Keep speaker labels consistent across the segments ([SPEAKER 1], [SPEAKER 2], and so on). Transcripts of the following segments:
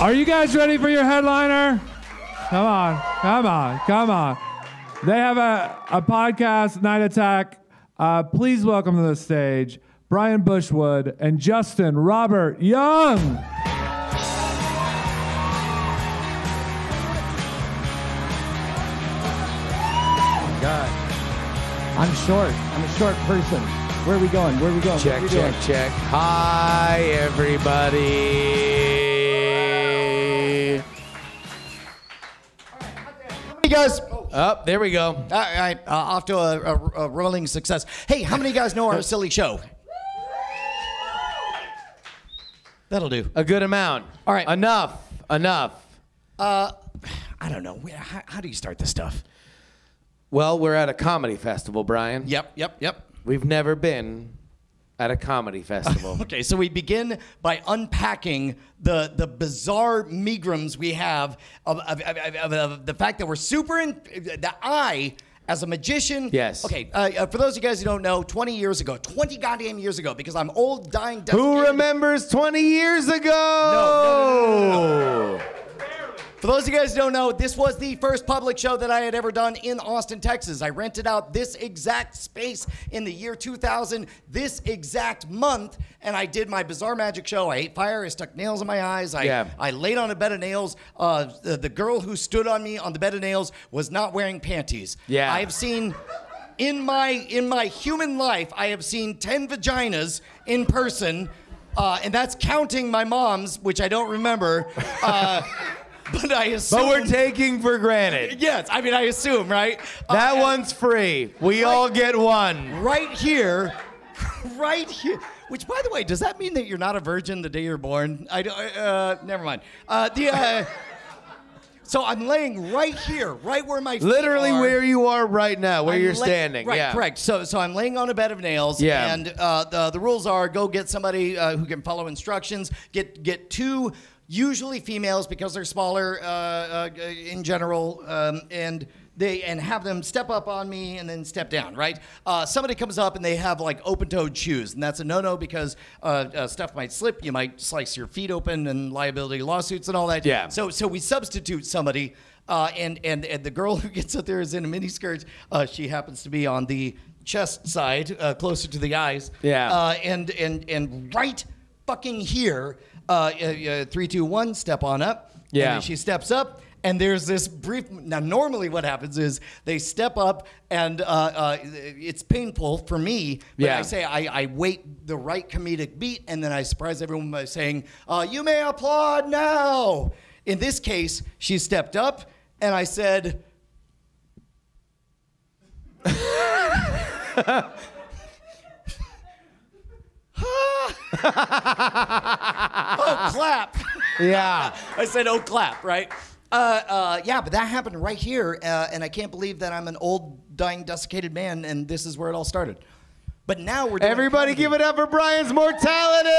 [SPEAKER 1] Are you guys ready for your headliner? Come on, come on, come on. They have a, a podcast, Night Attack. Uh, please welcome to the stage Brian Bushwood and Justin Robert Young.
[SPEAKER 2] God.
[SPEAKER 3] I'm short. I'm a short person. Where are we going? Where are we going? What are
[SPEAKER 2] Check,
[SPEAKER 3] we
[SPEAKER 2] check,
[SPEAKER 3] doing?
[SPEAKER 2] check. Hi, everybody.
[SPEAKER 4] How many guys?
[SPEAKER 2] Up, there we go.
[SPEAKER 4] All right, uh, off to a, a, a rolling success. Hey, how many guys know our silly show? That'll do.
[SPEAKER 2] A good amount.
[SPEAKER 4] All right.
[SPEAKER 2] Enough. Enough.
[SPEAKER 4] Uh, I don't know. Where- How, how do you start this stuff?
[SPEAKER 2] Well, we're at a comedy festival, Brian.
[SPEAKER 4] Yep, yep, yep.
[SPEAKER 2] We've never been at a comedy festival.
[SPEAKER 4] Okay, so we begin by unpacking the the bizarre megrims we have of, of, of, of- of the fact that we're super in the I as a magician.
[SPEAKER 2] Yes.
[SPEAKER 4] Okay, uh, uh, for those of you guys who don't know, 20 years ago, 20 goddamn years ago, because I'm old, dying,
[SPEAKER 2] Who
[SPEAKER 4] desiccated-
[SPEAKER 2] remembers 20 years ago?
[SPEAKER 4] For those of you guys who don't know, this was the first public show that I had ever done in Austin, Texas. I rented out this exact space in the year 2000, this exact month, and I did my bizarre magic show. I ate fire, I stuck nails in my eyes, I,
[SPEAKER 2] Yeah.
[SPEAKER 4] I laid on a bed of nails. Uh, the, the girl who stood on me on the bed of nails was not wearing panties.
[SPEAKER 2] Yeah.
[SPEAKER 4] I have seen. In my in my human life, I have seen ten vaginas in person, uh, and that's counting my mom's, which I don't remember. Uh, but I assume.
[SPEAKER 2] But we're taking for granted.
[SPEAKER 4] yes, I mean I assume, right? Uh,
[SPEAKER 2] That
[SPEAKER 4] and
[SPEAKER 2] one's free. We all get one.
[SPEAKER 4] right here, right here. Which, by the way, does that mean that you're not a virgin the day you're born? I don't. Uh, never mind. Uh, the. Uh, so I'm laying right here, right where my feet
[SPEAKER 2] Literally
[SPEAKER 4] are.
[SPEAKER 2] where you are right now, where
[SPEAKER 4] I'm
[SPEAKER 2] you're
[SPEAKER 4] lay-
[SPEAKER 2] standing.
[SPEAKER 4] Right,
[SPEAKER 2] yeah.
[SPEAKER 4] correct. So, so I'm laying on a bed of nails.
[SPEAKER 2] Yeah.
[SPEAKER 4] And uh, the the rules are: go get somebody uh, who can follow instructions. Get get two, usually females because they're smaller uh, uh, in general, um, and they and have them step up on me and then step down. Right. Uh, somebody comes up and they have like open-toed shoes, and that's a no-no because uh, uh, stuff might slip. You might slice your feet open and liability lawsuits and all that.
[SPEAKER 2] Yeah.
[SPEAKER 4] So so we substitute somebody, uh, and and and the girl who gets up there is in a miniskirt. Uh, she happens to be on the chest side, uh, closer to the eyes.
[SPEAKER 2] Yeah.
[SPEAKER 4] Uh, and and and right fucking here, uh, uh, uh, three, two, one, step on up.
[SPEAKER 2] Yeah.
[SPEAKER 4] And then she steps up. And there's this brief. Now, normally, what happens is they step up, and uh, uh, it's painful for me. But
[SPEAKER 2] Yeah.
[SPEAKER 4] I say I, I wait the right comedic beat, and then I surprise everyone by saying, uh, "You may applaud now." In this case, she stepped up, and I said, "Ah." "Oh, clap."
[SPEAKER 2] Yeah.
[SPEAKER 4] I said, "Oh, clap!" Right? Uh, uh, yeah, but that happened right here, uh, and I can't believe that I'm an old, dying, desiccated man, and this is where it all started. But now we're doing
[SPEAKER 2] Everybody
[SPEAKER 4] comedy.
[SPEAKER 2] give it up for Brian's mortality.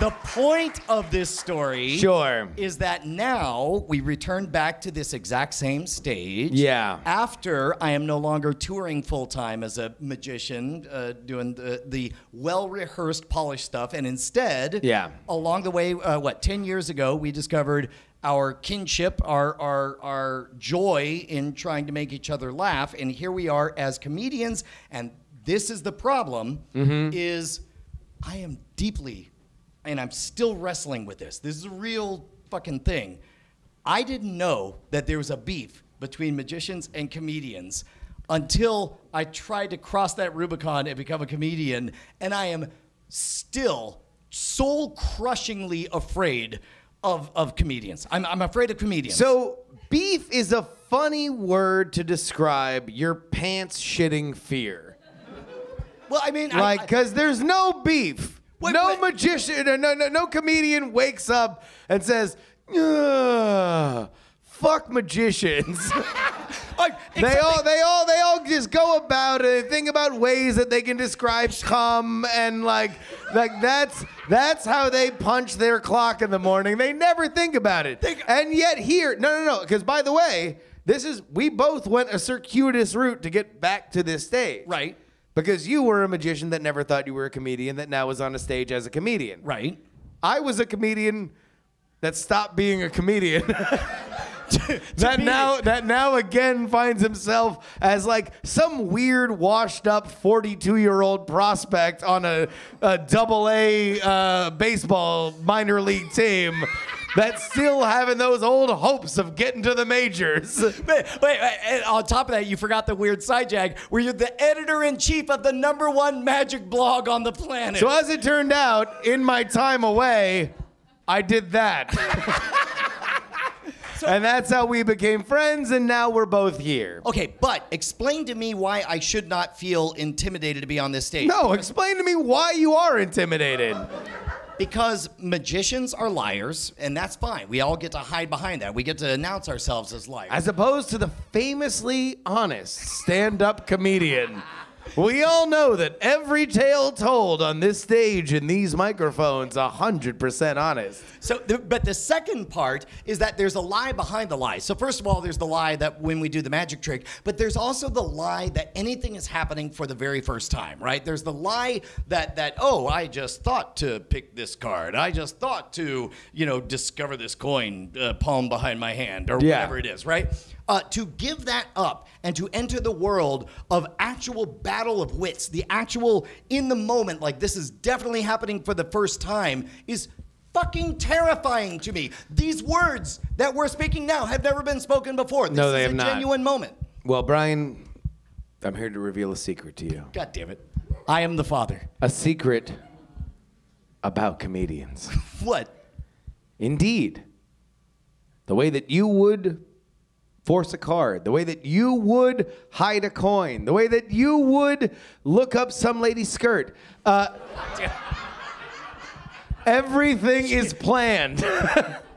[SPEAKER 4] The point of this story
[SPEAKER 2] Sure.
[SPEAKER 4] is that now we return back to this exact same stage.
[SPEAKER 2] Yeah.
[SPEAKER 4] After I am no longer touring full time as a magician, uh, doing the, the well rehearsed, polished stuff, and instead,
[SPEAKER 2] Yeah.
[SPEAKER 4] along the way, uh, what, 10 years ago, we discovered our kinship, our, our, our joy in trying to make each other laugh. And here we are as comedians. And this is the problem is I am deeply, and I'm still wrestling with this. This is a real fucking thing. I didn't know that there was a beef between magicians and comedians until I tried to cross that Rubicon and become a comedian. And I am still soul crushingly afraid of, of comedians. I'm, I'm afraid of comedians.
[SPEAKER 2] So, beef is a funny word to describe your pants shitting fear.
[SPEAKER 4] well, I mean, I-
[SPEAKER 2] Like,
[SPEAKER 4] I-
[SPEAKER 2] because there's no beef.
[SPEAKER 4] Wait,
[SPEAKER 2] no
[SPEAKER 4] wait.
[SPEAKER 2] magician, uh, no, no, no comedian wakes up and says, "Ugh, fuck magicians. uh,
[SPEAKER 4] I-
[SPEAKER 2] They all, they all, they all just go about it. and Think about ways that they can describe cum and like, like that's that's how they punch their clock in the morning. They never think about it. and yet here, no, no, no. Because by the way, this is we both went a circuitous route to get back to this stage,
[SPEAKER 4] Right.
[SPEAKER 2] Because you were a magician that never thought you were a comedian that now is on a stage as a comedian,
[SPEAKER 4] Right.
[SPEAKER 2] I was a comedian that stopped being a comedian. that now that now again finds himself as like some weird washed up 42 year old prospect on a, a double A uh, baseball minor league team that's still having those old hopes of getting to the majors.
[SPEAKER 4] Wait, wait, wait, and on top of that, you forgot the weird side jag where you're the editor in chief of the number one magic blog on the planet.
[SPEAKER 2] So as it turned out, in my time away, I did that. and that's how we became friends, and now we're both here.
[SPEAKER 4] okay, but explain to me why I should not feel intimidated to be on this stage.
[SPEAKER 2] No, explain to me why you are intimidated.
[SPEAKER 4] Because magicians are liars, and that's fine. We all get to hide behind that. We get to announce ourselves as liars.
[SPEAKER 2] As opposed to the famously honest stand up comedian. We all know that every tale told on this stage in these microphones 100% honest.
[SPEAKER 4] So, the, but the second part is that there's a lie behind the lie. So, first of all, there's the lie that when we do the magic trick, but there's also the lie that anything is happening for the very first time, right? There's the lie that that oh, I just thought to pick this card, I just thought to you know discover this coin uh, palm behind my hand or
[SPEAKER 2] Yeah.
[SPEAKER 4] whatever it is, right? Uh, to give that up and to enter the world of actual battle of wits, the actual in the moment, like this is definitely happening for the first time, is fucking terrifying to me. These words that we're speaking now have never been spoken before. This
[SPEAKER 2] No,
[SPEAKER 4] is
[SPEAKER 2] they
[SPEAKER 4] a
[SPEAKER 2] have not.
[SPEAKER 4] genuine moment.
[SPEAKER 2] Well, Brian, I'm here to reveal a secret to you
[SPEAKER 4] God damn it. I am the father.
[SPEAKER 2] a secret about comedians.
[SPEAKER 4] What?
[SPEAKER 2] Indeed. The way that you would force a card, the way that you would hide a coin, the way that you would look up some lady's skirt. Uh, everything is planned.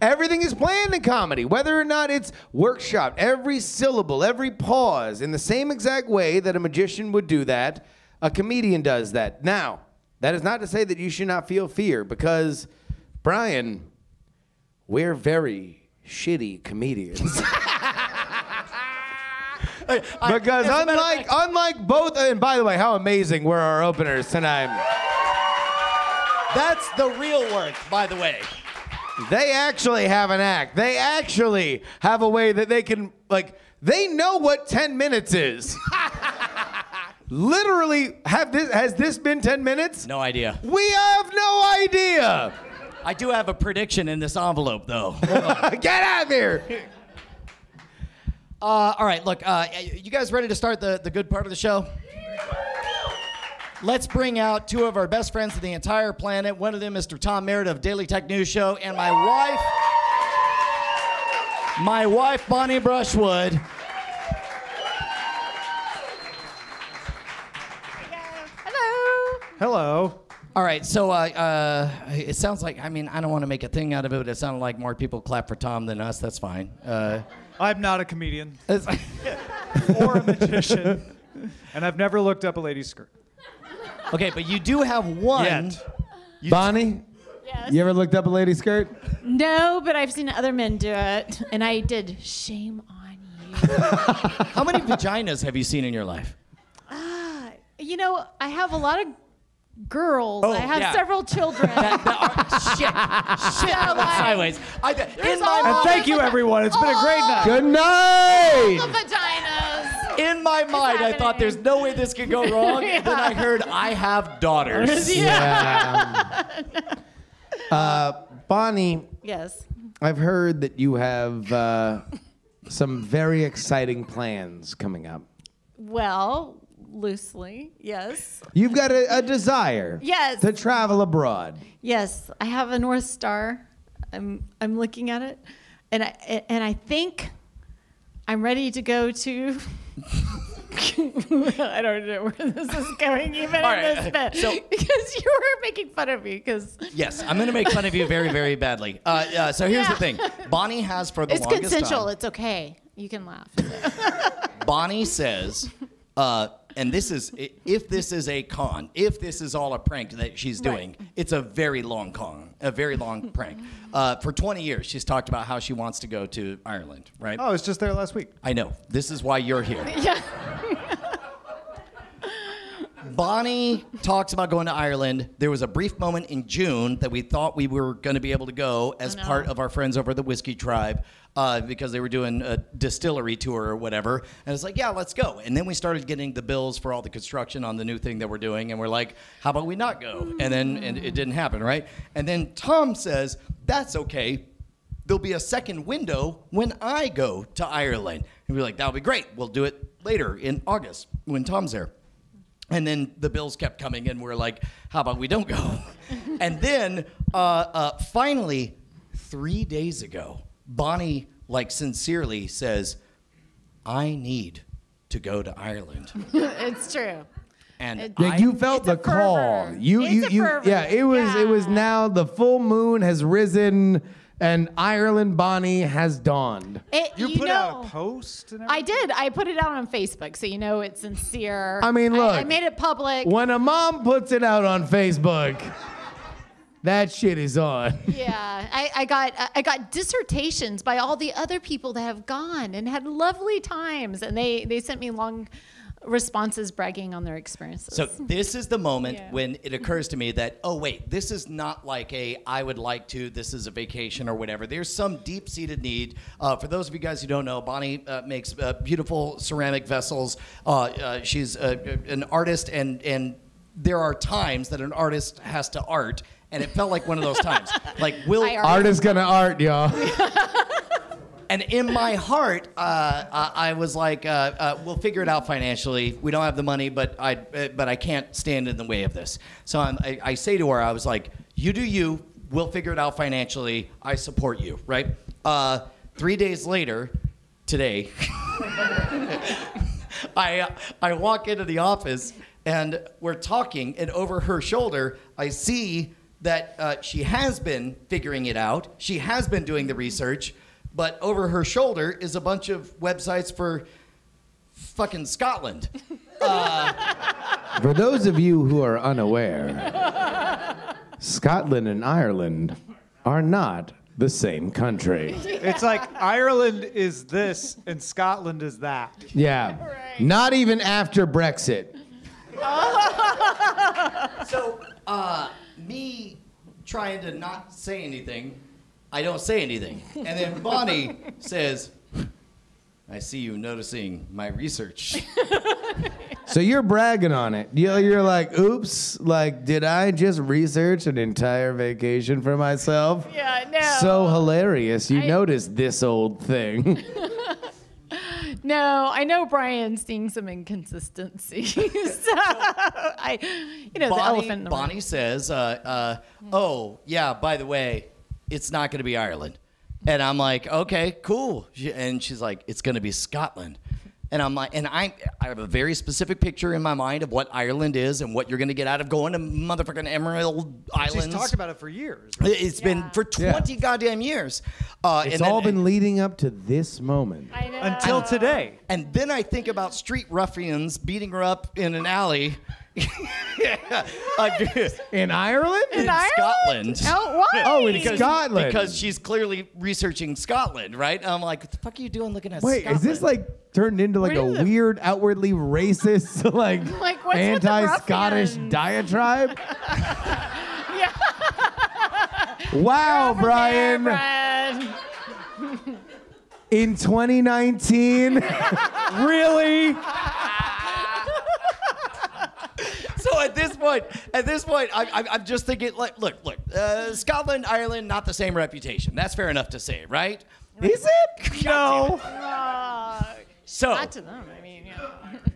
[SPEAKER 2] Everything is planned in comedy, whether or not it's workshop, every syllable, every pause, in the same exact way that a magician would do that, a comedian does that. Now, that is not to say that you should not feel fear, because, Brian, we're very shitty comedians. because unlike unlike both and by the way, how amazing were our openers tonight.
[SPEAKER 4] That's the real work, by the way.
[SPEAKER 2] They actually have an act. They actually have a way that they can like they know what 10 minutes is. Literally, have this has this been 10 minutes?
[SPEAKER 4] No idea.
[SPEAKER 2] We have no idea.
[SPEAKER 4] I do have a prediction in this envelope, though.
[SPEAKER 2] Get out of here.
[SPEAKER 4] Uh, all right, look, uh, you guys ready to start the, the good part of the show? Let's bring out two of our best friends of the entire planet. One of them, Mr. Tom Merritt of Daily Tech News Show, and my wife, my wife, Bonnie Brushwood.
[SPEAKER 5] Hello.
[SPEAKER 2] Hello.
[SPEAKER 4] All right, so uh, uh, it sounds like, I mean, I don't want to make a thing out of it, but it sounded like more people clap for Tom than us. That's fine. Uh,
[SPEAKER 6] I'm not a comedian
[SPEAKER 4] it's-
[SPEAKER 6] or a magician, and I've never looked up a lady's skirt.
[SPEAKER 4] okay, but you do have one.
[SPEAKER 6] Yet.
[SPEAKER 3] Bonnie,
[SPEAKER 5] Yes.
[SPEAKER 3] you ever looked up a lady's skirt?
[SPEAKER 5] No, but I've seen other men do it, and I did. Shame on you.
[SPEAKER 4] How many vaginas have you seen in your life?
[SPEAKER 5] you know, I have a lot of girls. I have
[SPEAKER 4] Oh, yeah.
[SPEAKER 5] several children.
[SPEAKER 4] Shit, I went sideways. I, in
[SPEAKER 5] There's
[SPEAKER 4] my
[SPEAKER 5] all
[SPEAKER 4] mind-
[SPEAKER 5] of
[SPEAKER 6] Thank you,
[SPEAKER 5] the-
[SPEAKER 6] everyone. It's been a great
[SPEAKER 5] all
[SPEAKER 6] night.
[SPEAKER 3] Good
[SPEAKER 5] The
[SPEAKER 3] night.
[SPEAKER 5] vaginas.
[SPEAKER 4] in my mind, I thought
[SPEAKER 5] happening.
[SPEAKER 4] there's no way this could go wrong. And then I heard I have daughters.
[SPEAKER 2] Um, uh, Bonnie,
[SPEAKER 5] Yes.
[SPEAKER 2] I've heard that you have uh, some very exciting plans coming up.
[SPEAKER 5] Well, loosely. Yes.
[SPEAKER 2] You've got a, a desire
[SPEAKER 5] Yes.
[SPEAKER 2] to travel abroad.
[SPEAKER 5] Yes, I have a North Star. I'm I'm looking at it, and I and I think I'm ready to go to. I don't know where this is going, even
[SPEAKER 4] All
[SPEAKER 5] in
[SPEAKER 4] right,
[SPEAKER 5] this bit,
[SPEAKER 4] so-
[SPEAKER 5] because you were making fun of me. Because
[SPEAKER 4] Yes, I'm gonna make fun of you very, very badly. Uh, uh, so here's the
[SPEAKER 5] Yeah.
[SPEAKER 4] thing: Bonnie has for the
[SPEAKER 5] it's
[SPEAKER 4] longest
[SPEAKER 5] consensual.
[SPEAKER 4] time.
[SPEAKER 5] It's okay. You can laugh.
[SPEAKER 4] Bonnie says, uh, and this is i- if this is a con, if this is all a prank that she's
[SPEAKER 5] Right.
[SPEAKER 4] doing, it's a very long con, a very long prank. Uh, for 20 years, she's talked about how she wants to go to Ireland, right?
[SPEAKER 6] Oh, I was just there last week.
[SPEAKER 4] I know. This is why you're here.
[SPEAKER 5] yeah.
[SPEAKER 4] Bonnie talks about going to Ireland. There was a brief moment in June that we thought we were going to be able to go as
[SPEAKER 5] I know.
[SPEAKER 4] part of our friends over at the Whiskey Tribe uh, because they were doing a distillery tour or whatever. And it's like, yeah, let's go. And then we started getting the bills for all the construction on the new thing that we're doing. And we're like, how about we not go? And then and it didn't happen, right? And then Tom says, that's okay there'll be a second window when I go to Ireland. And we're like, that'll be great. We'll do it later in August when Tom's there. And then the bills kept coming, and we're like, how about we don't go? and then uh, uh, finally, three days ago, Bonnie, like, sincerely says, I need to go to Ireland.
[SPEAKER 5] it's true.
[SPEAKER 4] And
[SPEAKER 5] It-
[SPEAKER 2] Yeah,
[SPEAKER 4] I-
[SPEAKER 2] you felt
[SPEAKER 5] It's a
[SPEAKER 2] the call.
[SPEAKER 5] fervor.
[SPEAKER 2] You,
[SPEAKER 5] It's
[SPEAKER 2] you,
[SPEAKER 5] a
[SPEAKER 2] you.
[SPEAKER 5] fervor.
[SPEAKER 2] Yeah, it was. It was
[SPEAKER 5] Yeah.
[SPEAKER 2] now. The full moon has risen, and Ireland Bonnie has dawned.
[SPEAKER 5] It,
[SPEAKER 6] You,
[SPEAKER 5] you,
[SPEAKER 6] put
[SPEAKER 5] know,
[SPEAKER 6] out a post and
[SPEAKER 5] I
[SPEAKER 6] everything.
[SPEAKER 5] did. I put it out on Facebook, so you know it's sincere.
[SPEAKER 2] I mean, look.
[SPEAKER 5] I, made it public.
[SPEAKER 2] When a mom puts it out on Facebook, that shit is on.
[SPEAKER 5] Yeah, I, I got I got dissertations by all the other people that have gone and had lovely times, and they they sent me long responses bragging on their experiences.
[SPEAKER 4] So this is the moment
[SPEAKER 5] Yeah. Mm-hmm.
[SPEAKER 4] when it occurs to me that oh wait, this is not like a I would like to. This is a vacation or whatever. There's some deep-seated need. Uh, for those of you guys who don't know, Bonnie uh, makes uh, beautiful ceramic vessels. Uh, uh, she's uh, an artist, and and there are times that an artist has to art, and it felt like one of those times. Like will
[SPEAKER 5] I art.
[SPEAKER 2] Art is gonna art, y'all.
[SPEAKER 4] and in my heart, uh, I, I was like, uh, uh, "We'll figure it out financially. We don't have the money, but I, uh, but I can't stand in the way of this." So I'm, I, I say to her, "I was like, you do you. We'll figure it out financially. I support you, right?" Uh, three days later, today, I I walk into the office and we're talking, and over her shoulder, I see that uh, she has been figuring it out. She has been doing the research, but over her shoulder is a bunch of websites for fucking Scotland.
[SPEAKER 2] For those of you who are unaware, Scotland and Ireland are not the same country.
[SPEAKER 6] It's like Ireland is this and Scotland is that.
[SPEAKER 2] Yeah. Not even after Brexit.
[SPEAKER 4] So, uh, me trying to not say anything, I don't say anything. And then Bonnie says, I see you noticing my research.
[SPEAKER 2] So you're bragging on it. You're, you're like, oops, like, did I just research an entire vacation for myself?
[SPEAKER 5] yeah, no,
[SPEAKER 2] So hilarious. You
[SPEAKER 5] I-
[SPEAKER 2] noticed this old thing.
[SPEAKER 5] no, I know Brian's seeing some inconsistencies. so I, you know, the elephant. In the room.
[SPEAKER 4] Bonnie says, uh, uh, "Oh yeah, by the way, it's not going to be Ireland." And I'm like, "Okay, cool." She- And she's like, "It's going to be Scotland." And I'm like, and I, I have a very specific picture in my mind of what Ireland is and what you're going to get out of going to motherfucking Emerald Islands.
[SPEAKER 6] She's talked about it for years.
[SPEAKER 4] it's been for 20 goddamn years. Uh,
[SPEAKER 2] It's
[SPEAKER 4] and then-
[SPEAKER 2] all been leading up to this moment.
[SPEAKER 5] I know.
[SPEAKER 6] Until today.
[SPEAKER 4] And then I think about street ruffians beating her up in an alley. Uh,
[SPEAKER 2] In Ireland?
[SPEAKER 5] in Ireland?
[SPEAKER 4] Scotland.
[SPEAKER 5] Oh, why?
[SPEAKER 2] Oh, in Scotland.
[SPEAKER 4] Because she's clearly researching Scotland, right? I'm like, what the fuck are you doing looking at
[SPEAKER 2] Wait, is
[SPEAKER 4] Scotland?
[SPEAKER 2] this like turned into like
[SPEAKER 5] Where
[SPEAKER 2] a
[SPEAKER 5] is it?
[SPEAKER 2] weird, outwardly racist, like,
[SPEAKER 5] Like, what's with the
[SPEAKER 2] anti-Scottish
[SPEAKER 5] ruffians?
[SPEAKER 2] diatribe?
[SPEAKER 5] Yeah.
[SPEAKER 2] Wow,
[SPEAKER 5] Over
[SPEAKER 2] Brian.
[SPEAKER 5] there, Brian.
[SPEAKER 2] In 2019,
[SPEAKER 6] Really?
[SPEAKER 4] So at this point, at this point, I, I, I'm just thinking, like, look, look, uh, Scotland, Ireland, not the same reputation. That's fair enough to say, right?
[SPEAKER 2] is it?
[SPEAKER 4] No.
[SPEAKER 5] Uh,
[SPEAKER 4] So,
[SPEAKER 5] not to them. I mean, yeah.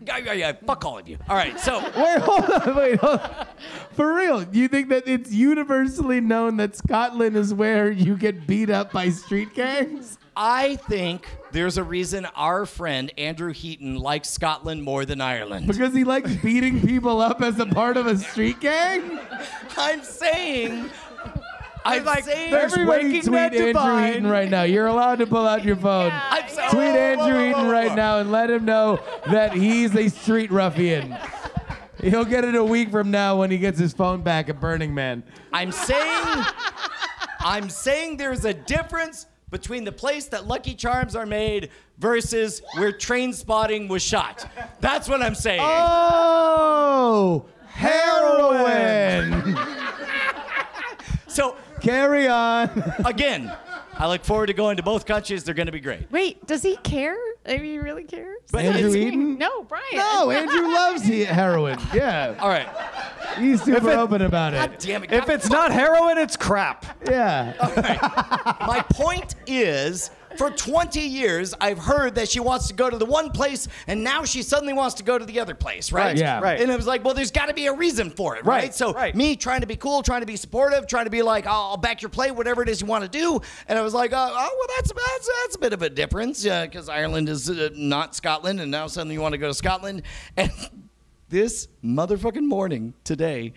[SPEAKER 4] yeah, yeah, yeah, fuck all of you. All right, so.
[SPEAKER 2] Wait, hold on. Wait, hold on. For real, you think that it's universally known that Scotland is where you get beat up by street gangs?
[SPEAKER 4] I think there's a reason our friend Andrew Heaton likes Scotland more than Ireland.
[SPEAKER 2] Because he likes beating people up as a part of a street gang?
[SPEAKER 4] I'm saying, I'm like, saying,
[SPEAKER 6] there's
[SPEAKER 2] Everybody
[SPEAKER 6] waking
[SPEAKER 2] tweet
[SPEAKER 6] that
[SPEAKER 2] Andrew
[SPEAKER 6] divide.
[SPEAKER 2] Heaton right now. You're allowed to pull out your phone.
[SPEAKER 4] I'm so-
[SPEAKER 2] Tweet
[SPEAKER 4] Whoa, whoa,
[SPEAKER 2] Andrew
[SPEAKER 4] whoa,
[SPEAKER 2] Heaton
[SPEAKER 4] whoa,
[SPEAKER 2] right
[SPEAKER 4] whoa.
[SPEAKER 2] now and let him know that he's a street ruffian. He'll get it a week from now when he gets his phone back at Burning Man.
[SPEAKER 4] I'm saying I'm saying there's a difference between the place that Lucky Charms are made
[SPEAKER 1] Oh.
[SPEAKER 4] versus where train spotting was shot. That's what I'm saying.
[SPEAKER 2] Oh,
[SPEAKER 1] Heroin.
[SPEAKER 4] So
[SPEAKER 1] Carry on.
[SPEAKER 4] again, I look forward to going to both countries. They're going to be great.
[SPEAKER 5] Wait, does he care? I mean, he really cares?
[SPEAKER 4] But
[SPEAKER 5] He's not
[SPEAKER 1] Andrew
[SPEAKER 5] kidding.
[SPEAKER 1] Eden?
[SPEAKER 5] No, Brian.
[SPEAKER 1] No, Andrew loves the heroin. Yeah,
[SPEAKER 4] All right.
[SPEAKER 1] he's super
[SPEAKER 6] it-
[SPEAKER 1] open about
[SPEAKER 4] God
[SPEAKER 1] it.
[SPEAKER 4] damn it.
[SPEAKER 6] If it's not heroin, it's crap.
[SPEAKER 1] Yeah.
[SPEAKER 4] My point is, for 20 years, I've heard that she wants to go to the one place, and now she suddenly wants to go to the other place, right?
[SPEAKER 6] Right,
[SPEAKER 1] yeah.
[SPEAKER 6] right.
[SPEAKER 4] And it was like, well, there's got to be a reason for it, right?
[SPEAKER 6] Right,
[SPEAKER 4] So
[SPEAKER 6] right.
[SPEAKER 4] me trying to be cool, trying to be supportive, trying to be like, I'll, I'll back your play, whatever it is you want to do. And I was like, oh, oh, well, that's, that's that's a bit of a difference because Ireland is uh, not Scotland, and now suddenly you want to go to Scotland. And this motherfucking morning today,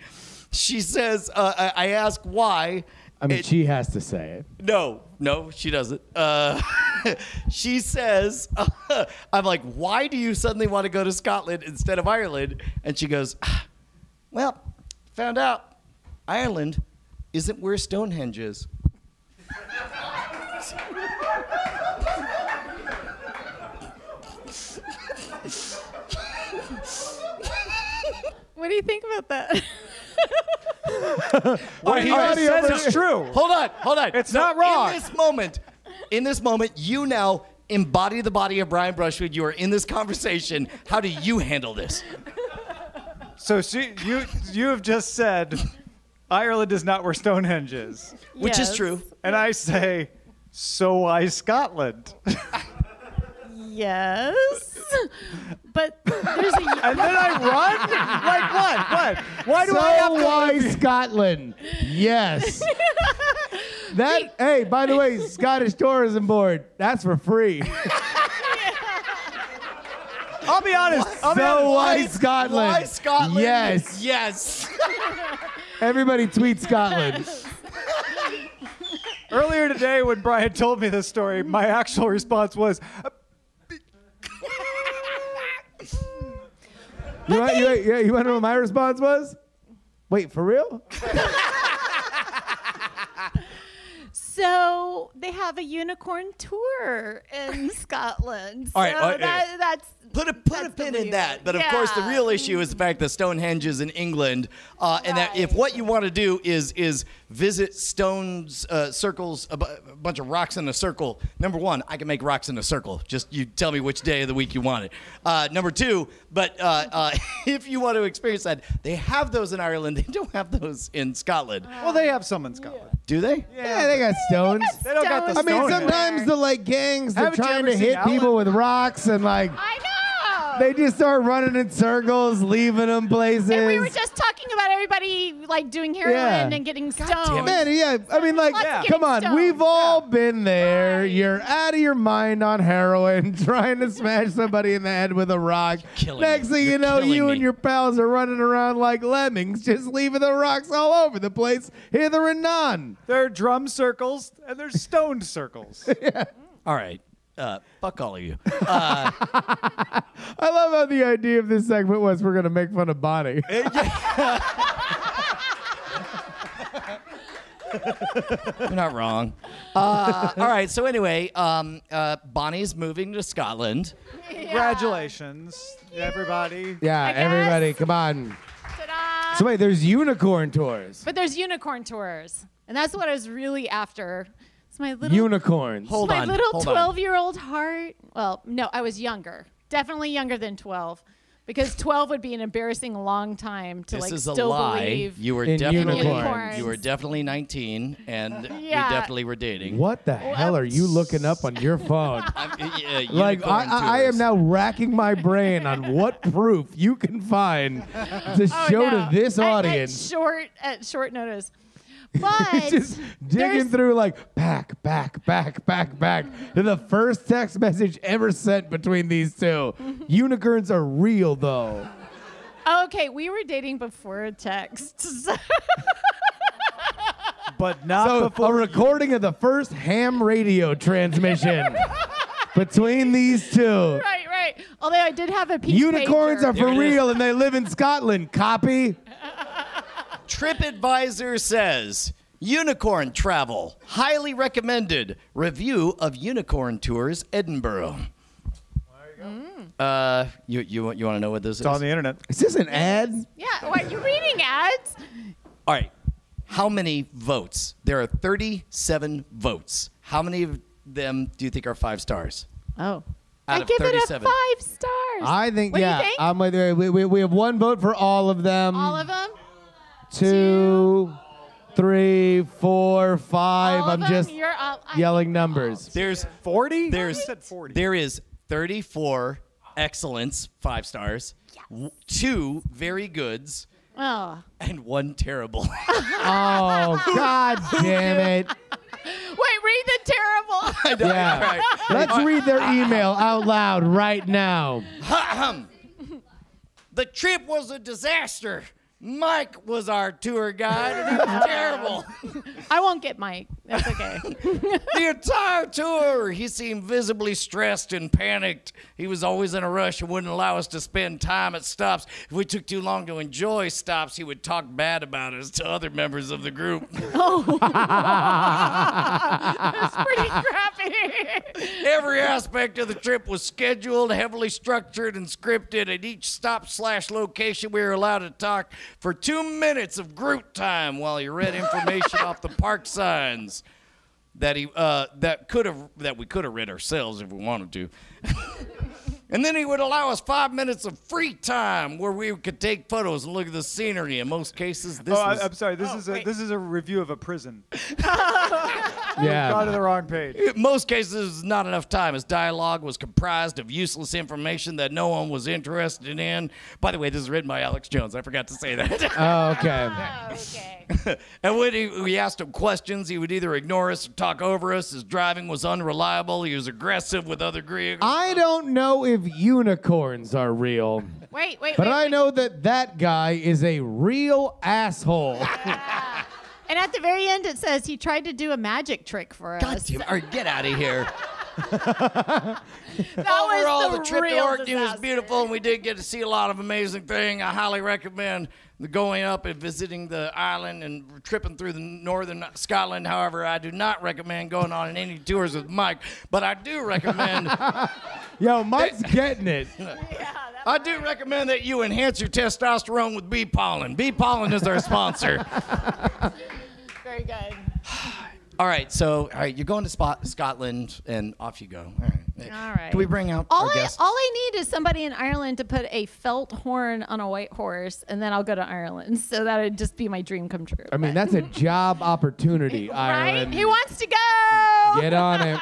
[SPEAKER 4] she says, uh, I, I ask why.
[SPEAKER 1] I mean,
[SPEAKER 4] It-
[SPEAKER 1] she has to say it.
[SPEAKER 4] no, no, she doesn't. Uh, she says, I'm like, why do you suddenly want to go to Scotland instead of Ireland? And she goes, "Ah, well, found out Ireland isn't where Stonehenge is.
[SPEAKER 5] What do you think about that?
[SPEAKER 6] What he just says is true.
[SPEAKER 4] Hold on, hold on.
[SPEAKER 6] It's not wrong.
[SPEAKER 4] In this moment, in this moment, you now embody the body of Brian Brushwood. You are in this conversation. How do you handle this?
[SPEAKER 6] So she, you, you have just said Ireland is not where Stonehenge is,
[SPEAKER 4] Which
[SPEAKER 5] Yes.
[SPEAKER 4] is true.
[SPEAKER 6] and I say, so why Scotland?
[SPEAKER 5] Yes. But there's a.
[SPEAKER 6] And then I run? like what? What? Why do
[SPEAKER 1] So
[SPEAKER 6] I have to?
[SPEAKER 1] why Scotland? Yes. That hey, by the way, Scottish Tourism Board, that's for free.
[SPEAKER 6] I'll be honest. I'll be
[SPEAKER 1] So
[SPEAKER 6] honest.
[SPEAKER 1] why Scotland?
[SPEAKER 4] Why Scotland?
[SPEAKER 1] Yes.
[SPEAKER 4] Yes.
[SPEAKER 1] Everybody tweet Scotland.
[SPEAKER 6] Earlier today, when Brian told me this story, my actual response was,
[SPEAKER 1] You want, you, you, you want to know what my response was? Wait, for real?
[SPEAKER 5] So they have a unicorn tour in Scotland.
[SPEAKER 4] All right,
[SPEAKER 5] So
[SPEAKER 4] all right,
[SPEAKER 5] that,
[SPEAKER 4] yeah.
[SPEAKER 5] that's.
[SPEAKER 4] put a put a
[SPEAKER 5] That's the
[SPEAKER 4] pin in
[SPEAKER 5] real-
[SPEAKER 4] that. But of course, the
[SPEAKER 5] yeah.
[SPEAKER 4] real issue is the fact that Stonehenge is in England, uh, and that if
[SPEAKER 5] Right.
[SPEAKER 4] what you want to do is is visit stones, uh, circles, a, bu- a bunch of rocks in a circle. Number one, I can make rocks in a circle. Just you tell me which day of the week you want it. Uh, number two, but uh, uh, if you want to experience that, they have those in Ireland. They don't have those in Scotland,
[SPEAKER 6] well, they have some in Scotland.
[SPEAKER 4] do they?
[SPEAKER 1] Yeah, they got stones.
[SPEAKER 6] They don't got the
[SPEAKER 1] I
[SPEAKER 5] Stones.
[SPEAKER 1] mean,
[SPEAKER 6] stone in it.
[SPEAKER 1] sometimes the like gangs they're
[SPEAKER 6] Haven't you
[SPEAKER 1] trying
[SPEAKER 6] ever
[SPEAKER 1] to
[SPEAKER 6] seen
[SPEAKER 1] hit people
[SPEAKER 6] Alan?
[SPEAKER 1] with rocks and like
[SPEAKER 5] I know.
[SPEAKER 1] they just start running in circles, leaving them places.
[SPEAKER 5] and we were just talking about everybody like doing heroin
[SPEAKER 1] Yeah.
[SPEAKER 5] and getting stoned.
[SPEAKER 1] Oh. Man, yeah. I mean, like,
[SPEAKER 5] Lots of getting
[SPEAKER 1] come on.
[SPEAKER 5] stoned.
[SPEAKER 1] We've all been there. You're out of your mind on heroin, trying to smash somebody in the head with a rock.
[SPEAKER 4] killing
[SPEAKER 1] Next
[SPEAKER 4] me.
[SPEAKER 1] thing you
[SPEAKER 4] You're
[SPEAKER 1] know,
[SPEAKER 4] killing
[SPEAKER 1] you
[SPEAKER 4] me.
[SPEAKER 1] and your pals are running around like lemmings, just leaving the rocks all over the place, hither and non.
[SPEAKER 6] There are drum circles and there's stone circles.
[SPEAKER 4] All right, uh, fuck all of you.
[SPEAKER 1] I love how the idea of this segment was we're going to make fun of Bonnie.
[SPEAKER 4] You're not wrong. Uh, all right. So anyway, um, uh, Bonnie's moving to Scotland.
[SPEAKER 6] Congratulations, everybody.
[SPEAKER 1] yeah,
[SPEAKER 5] I guess.
[SPEAKER 1] everybody, come on.
[SPEAKER 5] Ta-da.
[SPEAKER 1] So, wait, there's unicorn tours.
[SPEAKER 5] But there's unicorn tours, and that's what I was really after. It's my little
[SPEAKER 1] Unicorns.
[SPEAKER 4] Hold
[SPEAKER 5] my
[SPEAKER 4] on.
[SPEAKER 5] little
[SPEAKER 4] hold on.
[SPEAKER 5] twelve-year-old heart. Well, no, I was younger, definitely younger than twelve, because twelve would be an embarrassing long time to
[SPEAKER 4] This
[SPEAKER 5] like
[SPEAKER 4] is a
[SPEAKER 5] still
[SPEAKER 4] lie.
[SPEAKER 5] believe.
[SPEAKER 4] You were
[SPEAKER 1] in
[SPEAKER 4] definitely
[SPEAKER 5] unicorns.
[SPEAKER 4] you were definitely 19, and
[SPEAKER 5] Yeah.
[SPEAKER 4] we definitely were dating.
[SPEAKER 1] What the hell are you looking up on your phone?
[SPEAKER 4] I'm, uh, yeah,
[SPEAKER 1] Like I,
[SPEAKER 4] unicorn
[SPEAKER 1] I, I am
[SPEAKER 4] tours.
[SPEAKER 1] now racking my brain on what proof you can find to
[SPEAKER 5] Oh,
[SPEAKER 1] show
[SPEAKER 5] no.
[SPEAKER 1] to this
[SPEAKER 5] At- at
[SPEAKER 1] audience.
[SPEAKER 5] short at short notice, but
[SPEAKER 1] Just digging
[SPEAKER 5] there's-
[SPEAKER 1] through like back, back, back, back, back to the first text message ever sent between these two. Unicorns are real though.
[SPEAKER 5] okay, we were dating before text. So.
[SPEAKER 6] But not
[SPEAKER 1] So a
[SPEAKER 6] before.
[SPEAKER 1] recording of the first ham radio transmission between these two.
[SPEAKER 5] Right, right. Although I did have a piece
[SPEAKER 1] Unicorns
[SPEAKER 5] pager.
[SPEAKER 1] are for
[SPEAKER 4] There it is.
[SPEAKER 1] real and they live in Scotland. Copy.
[SPEAKER 4] TripAdvisor says unicorn travel highly
[SPEAKER 5] Mm.
[SPEAKER 4] recommended. Review of unicorn tours Edinburgh. Uh, you you want you want to know what this
[SPEAKER 6] It's on
[SPEAKER 4] is?
[SPEAKER 6] the internet.
[SPEAKER 2] Is this an ad?
[SPEAKER 5] Yeah, why are you reading ads?
[SPEAKER 4] All right. How many votes? There are 37 votes. How many of them do you think are five stars?
[SPEAKER 5] Oh.
[SPEAKER 4] Out
[SPEAKER 5] I
[SPEAKER 4] of
[SPEAKER 5] give it a
[SPEAKER 4] 37.
[SPEAKER 5] five stars.
[SPEAKER 2] I think
[SPEAKER 5] What do you
[SPEAKER 2] yeah.
[SPEAKER 5] think?
[SPEAKER 2] I'm with you. We, we, we have one vote for all of them.
[SPEAKER 5] All of them?
[SPEAKER 2] Two, three, four, five.
[SPEAKER 5] All of
[SPEAKER 2] I'm
[SPEAKER 5] them?
[SPEAKER 2] just
[SPEAKER 5] You're all, I-
[SPEAKER 2] yelling numbers.
[SPEAKER 4] There's
[SPEAKER 6] 40?
[SPEAKER 4] there's
[SPEAKER 6] said 40.
[SPEAKER 4] there is 34 excellence, five stars, w- two very goods,
[SPEAKER 5] Oh.
[SPEAKER 4] and one terrible.
[SPEAKER 2] Oh God damn it!
[SPEAKER 5] Wait, read the terrible.
[SPEAKER 2] Yeah. Let's read their email out loud right now.
[SPEAKER 4] the trip was a disaster. Mike was our tour guide, and it was terrible.
[SPEAKER 5] I won't get Mike. That's okay.
[SPEAKER 4] The entire tour, he seemed visibly stressed and panicked. He was always in a rush and wouldn't allow us to spend time at stops. If we took too long to enjoy stops, he would talk bad about us to other members of the group.
[SPEAKER 5] That's pretty crappy.
[SPEAKER 4] Every aspect of the trip was scheduled, heavily structured, and scripted. At each stop slash location, we were allowed to talk for two minutes of group time while he read information off the park signs that he uh, that could have that we could have read ourselves if we wanted to. And then he would allow us five minutes of free time where we could take photos and look at the scenery. In most cases, this
[SPEAKER 6] Oh, I,
[SPEAKER 4] was
[SPEAKER 6] I'm sorry. This is a this is a review of a prison. Gone to
[SPEAKER 2] Yeah.
[SPEAKER 6] the wrong page.
[SPEAKER 4] In most cases, not enough time, as dialogue was comprised of useless information that no one was interested in. By the way, this is written by Alex Jones. I forgot to say that.
[SPEAKER 2] Oh, okay.
[SPEAKER 5] okay.
[SPEAKER 4] and when he, we asked him questions, he would either ignore us or talk over us. His driving was unreliable. He was aggressive with other Greeks.
[SPEAKER 2] I don't know if unicorns are real,
[SPEAKER 5] Wait, wait,
[SPEAKER 2] but
[SPEAKER 5] wait.
[SPEAKER 2] I
[SPEAKER 5] wait.
[SPEAKER 2] know that that guy is a real asshole.
[SPEAKER 5] And at the very end, it says he tried to do a magic trick for
[SPEAKER 4] God
[SPEAKER 5] us.
[SPEAKER 4] damn it. All right, get out of here.
[SPEAKER 5] That
[SPEAKER 4] Overall, the,
[SPEAKER 5] was the,
[SPEAKER 4] trip to
[SPEAKER 5] real
[SPEAKER 4] Orkney was
[SPEAKER 5] disaster.
[SPEAKER 4] beautiful, and we did get to see a lot of amazing things. I highly recommend the going up and visiting the island and tripping through the northern Scotland. However, I do not recommend going on any tours with Mike, but I do recommend
[SPEAKER 2] Yo, Mike's getting it.
[SPEAKER 4] I do recommend that you enhance your testosterone with bee pollen. Bee pollen is our sponsor.
[SPEAKER 5] Very good.
[SPEAKER 4] all right, so all right, you're going to spot Scotland, and off you go. All right.
[SPEAKER 5] All right.
[SPEAKER 4] Can we bring out
[SPEAKER 5] All
[SPEAKER 4] our
[SPEAKER 5] I,
[SPEAKER 4] guest?
[SPEAKER 5] all I need is somebody in Ireland to put a felt horn on a white horse, and then I'll go to Ireland. So that would just be my dream come true.
[SPEAKER 2] I mean, that's a job opportunity,
[SPEAKER 5] right?
[SPEAKER 2] Ireland.
[SPEAKER 5] He wants to go.
[SPEAKER 2] Get on it.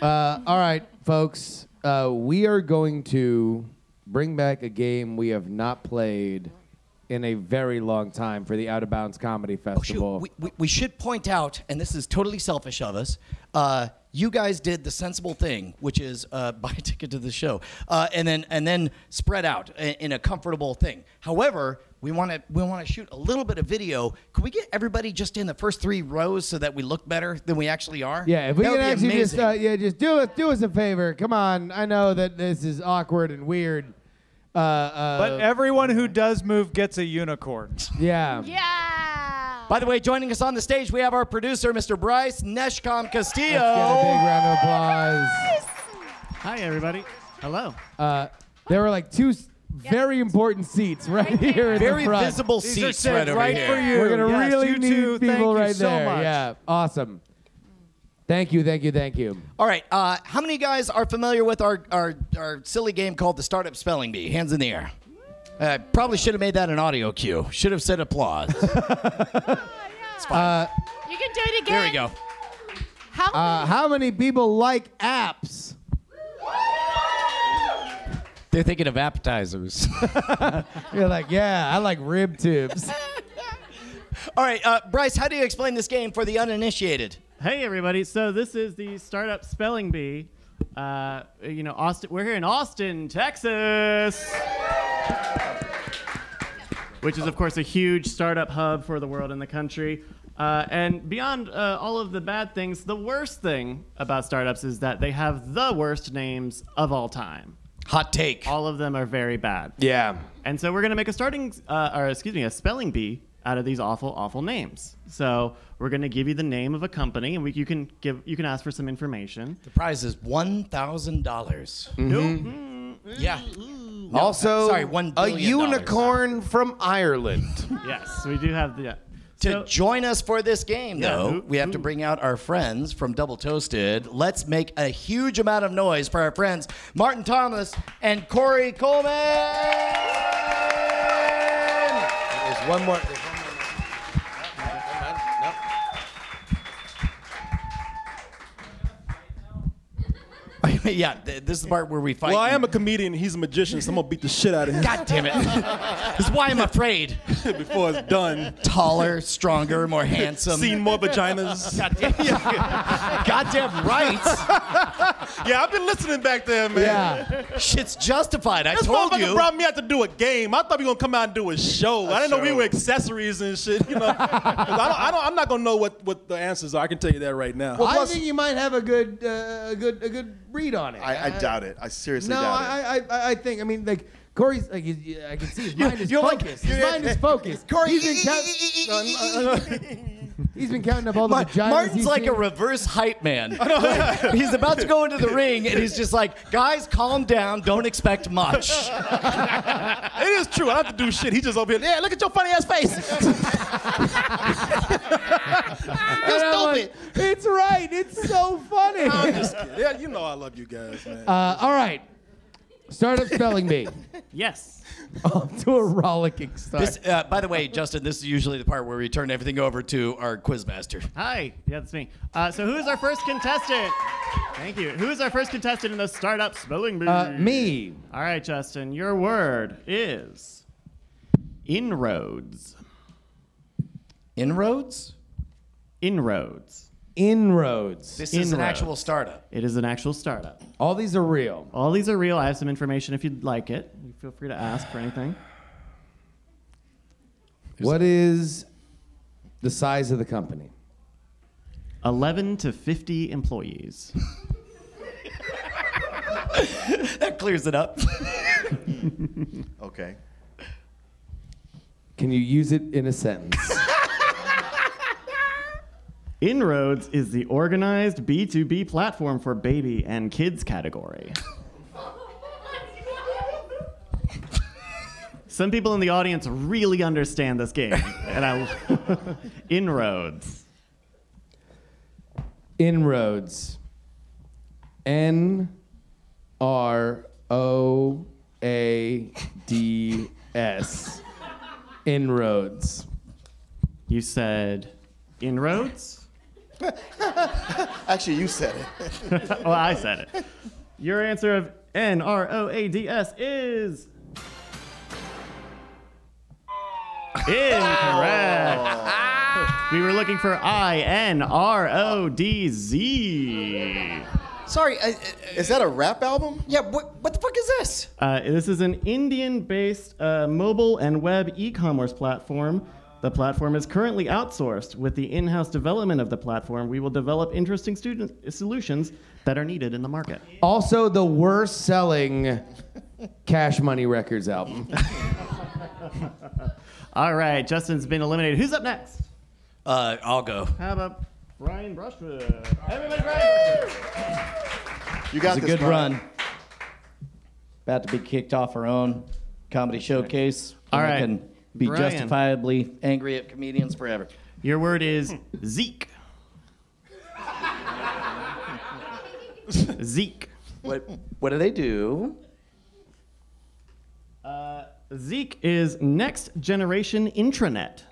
[SPEAKER 2] Uh, all right, folks. Uh, we are going to bring back a game we have not played in a very long time for the Out of Bounds Comedy
[SPEAKER 4] Oh, Shoot,
[SPEAKER 2] Festival.
[SPEAKER 4] we, we, we should point out, and this is totally selfish of us. Uh, you guys did the sensible thing, which is uh, buy a ticket to the show, uh, and then and then spread out in, in a comfortable thing. However, we want to we want to shoot a little bit of video. Could we get everybody just in the first three rows so that we look better than we actually are?
[SPEAKER 2] yeah, if we
[SPEAKER 4] That would
[SPEAKER 2] can
[SPEAKER 4] be
[SPEAKER 2] actually just
[SPEAKER 4] amazing.
[SPEAKER 2] uh, yeah, just do us do us a favor. Come on, I know that this is awkward and weird. Uh, uh,
[SPEAKER 6] But everyone who does move gets a unicorn.
[SPEAKER 2] yeah.
[SPEAKER 5] Yeah.
[SPEAKER 2] uh,
[SPEAKER 4] By the way, joining us on the stage, we have our producer, Mr. Bryce Neshcom Castillo.
[SPEAKER 2] Let's get a big round of applause.
[SPEAKER 7] Hi, everybody. Hello.
[SPEAKER 2] Uh, there were like two s- very important seats right, here in
[SPEAKER 4] Very
[SPEAKER 2] the front.
[SPEAKER 4] visible
[SPEAKER 6] These are
[SPEAKER 4] seats
[SPEAKER 6] saved
[SPEAKER 4] right over
[SPEAKER 6] right
[SPEAKER 4] here.
[SPEAKER 6] for you.
[SPEAKER 2] We're gonna
[SPEAKER 6] Yes,
[SPEAKER 2] really
[SPEAKER 6] you
[SPEAKER 2] need
[SPEAKER 6] too. Thank
[SPEAKER 2] people
[SPEAKER 6] you
[SPEAKER 2] right
[SPEAKER 6] so
[SPEAKER 2] there.
[SPEAKER 6] much.
[SPEAKER 2] Yeah, awesome. Thank you, thank you, thank you.
[SPEAKER 4] All right. Uh, how many guys are familiar with our, our, our silly game called the Startup Spelling Bee? Hands in the air. Uh, probably should have made that an audio cue. Should have said applause.
[SPEAKER 5] you can do it again.
[SPEAKER 4] there we go.
[SPEAKER 5] How
[SPEAKER 2] Uh, how many people like apps?
[SPEAKER 4] They're thinking of appetizers.
[SPEAKER 2] You're like, yeah, I like rib tips.
[SPEAKER 4] All right, uh, Bryce, how do you explain this game for the uninitiated?
[SPEAKER 7] Hey, everybody. So this is the startup spelling bee. Uh, you know, Austin. We're here in Austin, Texas, which is, of course, a huge startup hub for the world and the country. Uh, and beyond uh, all of the bad things, the worst thing about startups is that they have the worst names of all time.
[SPEAKER 4] Hot take.
[SPEAKER 7] All of them are very bad.
[SPEAKER 2] Yeah.
[SPEAKER 7] And so we're gonna make a starting, uh, or excuse me, a spelling bee out of these awful, awful names. So we're gonna give you the name of a company, and we, you can give, you can ask for some information.
[SPEAKER 2] Mm-hmm.
[SPEAKER 4] The prize is one thousand dollars.
[SPEAKER 7] Nope. Mm,
[SPEAKER 4] Yeah. No,
[SPEAKER 2] also,
[SPEAKER 4] sorry, one
[SPEAKER 2] a
[SPEAKER 4] billion dollars.
[SPEAKER 2] unicorn from Ireland.
[SPEAKER 7] Yes, we do have the. uh,
[SPEAKER 4] To
[SPEAKER 7] So-
[SPEAKER 4] join us for this game,
[SPEAKER 7] Yeah,
[SPEAKER 4] though,
[SPEAKER 7] who-
[SPEAKER 4] we have to
[SPEAKER 7] who-
[SPEAKER 4] bring out our friends from Double Toasted. Let's make a huge amount of noise for our friends Martin Thomas and Corey Coleman.
[SPEAKER 2] There's one more. There's one more. Nope, nope,
[SPEAKER 4] yeah, th- this is the part where we fight.
[SPEAKER 8] Well, I am a comedian. He's a magician, so I'm gonna beat the shit out of him
[SPEAKER 4] God damn it! this is why I'm afraid.
[SPEAKER 8] before it's done.
[SPEAKER 4] Taller, stronger, more handsome.
[SPEAKER 8] Seen more vaginas.
[SPEAKER 4] Goddamn, goddamn right.
[SPEAKER 8] Yeah, I've been listening back there, man.
[SPEAKER 3] Yeah.
[SPEAKER 4] Shit's justified. I
[SPEAKER 8] This
[SPEAKER 4] told
[SPEAKER 8] motherfucker
[SPEAKER 4] you.
[SPEAKER 8] brought me out to do a game. I thought we were gonna come out and do a show. I I didn't know we were accessories and shit. You know, 'Cause I don't, I don't, I'm not gonna know what, what the answers are. I can tell you that right now.
[SPEAKER 2] nope. I think you might have a good, uh, a good, a good read on it.
[SPEAKER 9] I, I doubt it. I seriously
[SPEAKER 2] No,
[SPEAKER 9] doubt it.
[SPEAKER 2] I, I, I, I think. I mean, like Corey's. Like he's- yeah, I can see his mind is
[SPEAKER 4] you're like-
[SPEAKER 2] focused. his
[SPEAKER 4] you're-
[SPEAKER 2] mind is focused.
[SPEAKER 4] Corey,
[SPEAKER 2] he's been, count- he's been counting up all the
[SPEAKER 4] Mar-
[SPEAKER 2] vaginas.
[SPEAKER 4] Martin's
[SPEAKER 2] he's
[SPEAKER 4] like a
[SPEAKER 2] seen.
[SPEAKER 4] reverse hype man. Like, he's about to go into the ring and he's just like, guys, calm down. Don't expect much.
[SPEAKER 8] It is true. I don't have to do shit. He just over here. Yeah, look at your funny ass face.
[SPEAKER 2] And I'm like, it's right. It's so funny.
[SPEAKER 8] I'm just kidding. Yeah, you know I love you guys, man.
[SPEAKER 2] Uh, all right. Start up spelling me.
[SPEAKER 7] Yes.
[SPEAKER 2] to a rollicking start.
[SPEAKER 4] This, uh, by the way, Justin, this is usually the part where we turn everything over to our quizmaster.
[SPEAKER 7] Hi. Yeah, that's me. Uh, so who is our first contestant? Thank you. Who is our first contestant in the startup spelling bee?
[SPEAKER 2] uh, me.
[SPEAKER 7] All right, Justin. Your word is inroads.
[SPEAKER 4] Inroads?
[SPEAKER 7] Inroads.
[SPEAKER 2] Inroads.
[SPEAKER 4] This is an
[SPEAKER 7] Inroads.
[SPEAKER 4] actual startup.
[SPEAKER 7] It is an actual startup.
[SPEAKER 2] All these are real.
[SPEAKER 7] All these are real. I have some information if you'd like it. You feel free to ask for anything.
[SPEAKER 2] What is the size of the company?
[SPEAKER 7] 11 to 50 employees.
[SPEAKER 4] That clears it up.
[SPEAKER 9] okay.
[SPEAKER 2] Can you use it in a sentence?
[SPEAKER 7] Inroads is the organized B2B platform for baby and kids category. Some people in the audience really understand this game. And I Inroads.
[SPEAKER 2] Inroads. N R O A D S. Inroads.
[SPEAKER 7] You said inroads?
[SPEAKER 9] Actually, you said it.
[SPEAKER 7] Oh, I said it. Your answer of N R O A D S is incorrect. we were looking for I N R O D Z.
[SPEAKER 4] Sorry. I, I,
[SPEAKER 9] Is that a rap album?
[SPEAKER 4] yeah, what, what the fuck is this?
[SPEAKER 7] Uh, this is an Indian-based uh, mobile and web e-commerce platform. The platform is currently outsourced. With the in-house development of the platform, we will develop interesting student uh, solutions that are needed in the market.
[SPEAKER 2] Also, the worst selling Cash Money Records album.
[SPEAKER 7] All right, Justin's been eliminated. Who's up next?
[SPEAKER 4] Uh, I'll go.
[SPEAKER 7] How about Brian Brushwood? Everybody, Brian!
[SPEAKER 9] You got
[SPEAKER 4] It's a
[SPEAKER 9] this,
[SPEAKER 4] good
[SPEAKER 9] Brian.
[SPEAKER 4] run. About to be kicked off our own comedy showcase.
[SPEAKER 7] All
[SPEAKER 4] And I
[SPEAKER 7] right.
[SPEAKER 4] Can be
[SPEAKER 7] Brian.
[SPEAKER 4] justifiably angry at comedians forever.
[SPEAKER 7] Your word is Zeke. Zeke.
[SPEAKER 4] What What do they do?
[SPEAKER 7] Zeke is next generation intranet.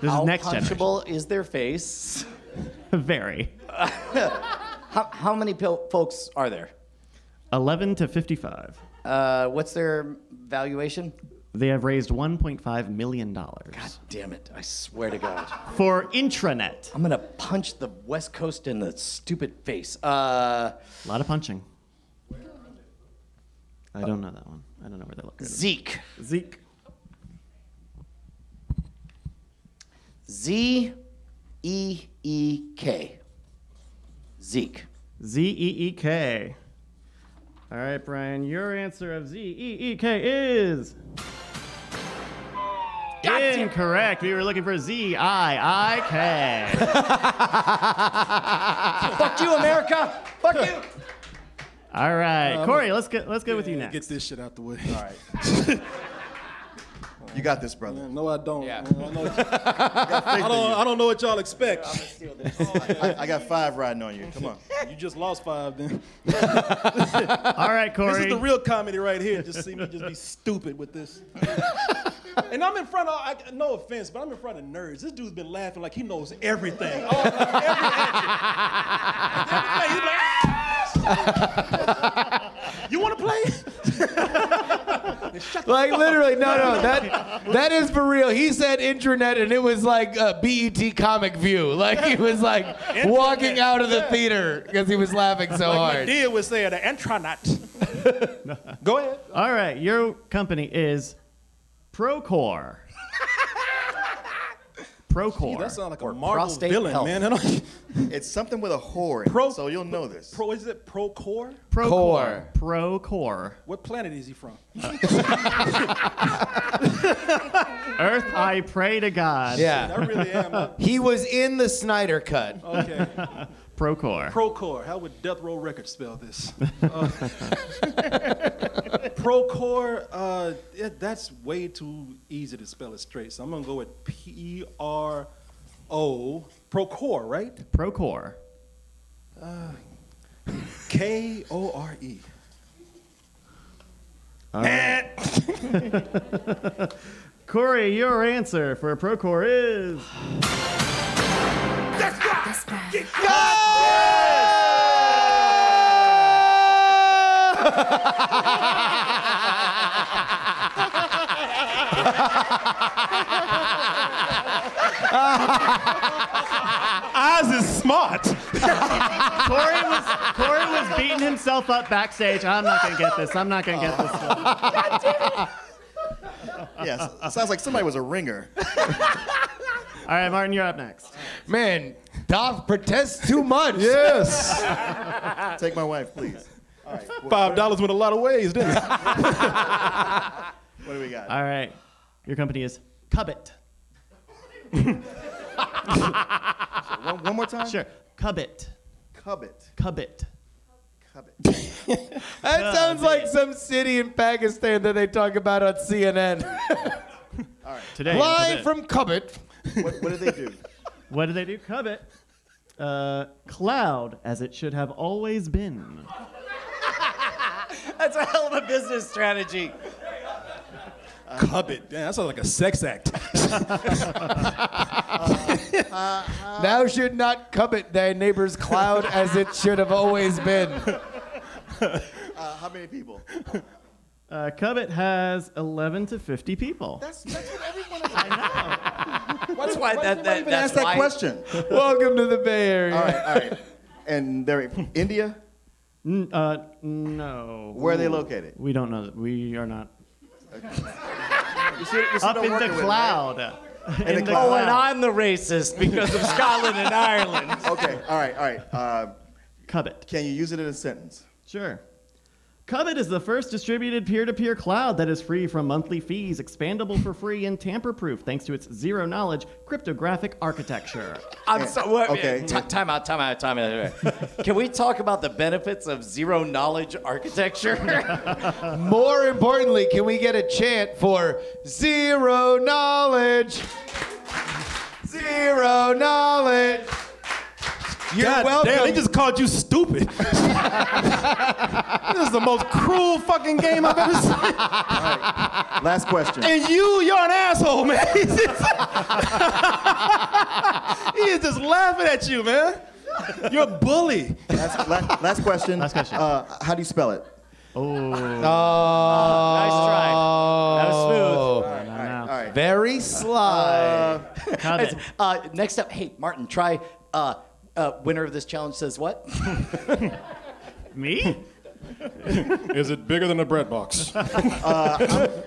[SPEAKER 7] This is
[SPEAKER 4] How
[SPEAKER 7] next generation.
[SPEAKER 4] punchable is their face?
[SPEAKER 7] Very.
[SPEAKER 4] How, how many pil- folks are there?
[SPEAKER 7] 11 to 55.
[SPEAKER 4] Uh, what's their valuation?
[SPEAKER 7] They have raised $1.5 million
[SPEAKER 4] Damn it! I swear to God,
[SPEAKER 7] for intranet.
[SPEAKER 4] I'm gonna punch the West Coast in the stupid face. Uh,
[SPEAKER 7] A lot of punching. I don't know that one. I don't know where they look.
[SPEAKER 4] Zeke,
[SPEAKER 7] Zeke.
[SPEAKER 4] Z E E K, Zeke.
[SPEAKER 7] Z E E K. All right, Brian, your answer of Z E E K is.
[SPEAKER 4] God
[SPEAKER 7] Incorrect. We were looking for Z I I K.
[SPEAKER 4] Fuck you, America. Fuck you.
[SPEAKER 7] All right, Corey. Let's get let's go with you
[SPEAKER 8] Um, Yeah,
[SPEAKER 7] next.
[SPEAKER 8] Get this shit out the way. All right.
[SPEAKER 9] You got this, brother.
[SPEAKER 8] No, I don't. Yeah. I, know I don't. I don't know what y'all expect.
[SPEAKER 9] I, I got five riding on you. Come on.
[SPEAKER 8] you just lost five. Then
[SPEAKER 7] All right,
[SPEAKER 8] this
[SPEAKER 7] Corey.
[SPEAKER 8] is the real comedy right here. Just see me just be stupid with this. and I'm in front of. I, no offense, but I'm in front of nerds. This dude's been laughing like he knows everything. All, every, every- he's like, "Ah, you want to play?
[SPEAKER 2] Like literally, no, no, that that is for real. He said intranet, and it was like a BET comic view. Like he was like walking out of the theater because he was laughing so hard.
[SPEAKER 8] Dia was saying the intranet. Go ahead.
[SPEAKER 7] All right, your company is Procore. Procore.
[SPEAKER 8] That sounds like a Marvel
[SPEAKER 4] prostate
[SPEAKER 8] villain,
[SPEAKER 4] health.
[SPEAKER 8] man. I don't-
[SPEAKER 9] It's something with a whore in it,
[SPEAKER 8] Pro-
[SPEAKER 9] so you'll know this.
[SPEAKER 8] Pro is it Procore?
[SPEAKER 7] Procore. Procore.
[SPEAKER 8] What planet is he from?
[SPEAKER 7] Earth, I pray to God.
[SPEAKER 8] I
[SPEAKER 2] Yeah,
[SPEAKER 8] really am. uh,
[SPEAKER 2] he was in the Snyder cut.
[SPEAKER 9] Oh,
[SPEAKER 8] Okay.
[SPEAKER 7] Procore.
[SPEAKER 8] Procore. How would Death Row Records spell this? Uh, Procore. Uh, yeah, that's way too easy to spell it straight. So I'm gonna go with P R O. Procore, right?
[SPEAKER 7] Procore.
[SPEAKER 8] K O R E.
[SPEAKER 7] Corey, your answer for Procore is.
[SPEAKER 8] Oz is smart.
[SPEAKER 7] Corey was, Corey was beating himself up backstage. I'm not going to get this. I'm not going to get this.
[SPEAKER 9] Yes. It sounds like somebody was a ringer.
[SPEAKER 7] All right, Martin, you're up next.
[SPEAKER 2] Man, Dov protests too much.
[SPEAKER 8] Yes.
[SPEAKER 9] Take my wife, please. All right. wh-
[SPEAKER 8] Five dollars went a lot of ways, didn't it?
[SPEAKER 9] What do we got?
[SPEAKER 7] All right, your company is Cubit.
[SPEAKER 9] One, one more time.
[SPEAKER 7] Sure, Cubit.
[SPEAKER 9] Cubit.
[SPEAKER 7] Cubit.
[SPEAKER 9] Cubit.
[SPEAKER 2] That sounds like some city in Pakistan that they talk about on CNN.
[SPEAKER 7] Today. in
[SPEAKER 2] Live
[SPEAKER 7] Cubit.
[SPEAKER 2] from Cubit.
[SPEAKER 9] What, what do they do?
[SPEAKER 7] What do they do? Cubit. Uh, cloud, as it should have always been.
[SPEAKER 4] That's a hell of a business strategy.
[SPEAKER 8] Cubit. Damn, that sounds like a sex act.
[SPEAKER 2] Thou should not covet thy neighbor's cloud as it should have always been.
[SPEAKER 9] Uh, how many people?
[SPEAKER 7] Uh, Cubit has 11 to 50 people.
[SPEAKER 9] That's, that's what everyone is. I
[SPEAKER 4] That's why that, that,
[SPEAKER 9] even
[SPEAKER 4] that's
[SPEAKER 9] asked that
[SPEAKER 4] why-
[SPEAKER 9] question.
[SPEAKER 2] Welcome to the Bay Area.
[SPEAKER 9] All right. All right. And they're India.
[SPEAKER 7] N- uh, no.
[SPEAKER 9] Where are they located?
[SPEAKER 7] We don't know. That. We are not.
[SPEAKER 9] You see, you see
[SPEAKER 7] Up
[SPEAKER 9] what I'm
[SPEAKER 7] in
[SPEAKER 9] working
[SPEAKER 7] the
[SPEAKER 9] with,
[SPEAKER 7] cloud. In,
[SPEAKER 9] the
[SPEAKER 7] the
[SPEAKER 9] cloud.
[SPEAKER 4] Oh, and I'm the racist because of Scotland and Ireland.
[SPEAKER 9] right? Okay. All right. All right. Uh,
[SPEAKER 7] Cubit.
[SPEAKER 9] can you use it in a sentence?
[SPEAKER 7] Sure. Cubit is the first distributed peer to peer cloud that is free from monthly fees, expandable for free, and tamper proof thanks to its zero knowledge cryptographic architecture.
[SPEAKER 4] I'm so what,
[SPEAKER 9] Okay.
[SPEAKER 4] ti- time out, time out, time out. Can we talk about the benefits of zero knowledge architecture?
[SPEAKER 2] More importantly, can we get a chant for zero knowledge? Zero knowledge. You're welcome.
[SPEAKER 8] Damn, they just called you stupid. this is the most cruel fucking game I've ever seen.
[SPEAKER 9] Last question.
[SPEAKER 8] And you, you're an asshole, Oh, man. He's just, he is just laughing at you, man. You're a bully.
[SPEAKER 9] Last, la- last question. Last
[SPEAKER 7] question.
[SPEAKER 9] Uh, how do you spell it?
[SPEAKER 4] nice try. That was smooth.
[SPEAKER 9] All right. All right.
[SPEAKER 2] very sly.
[SPEAKER 7] Cubit.
[SPEAKER 4] Uh, next up, hey Martin, try. Uh, uh, winner of this challenge says what?
[SPEAKER 7] Me?
[SPEAKER 8] Is it bigger than a bread box?
[SPEAKER 9] I'm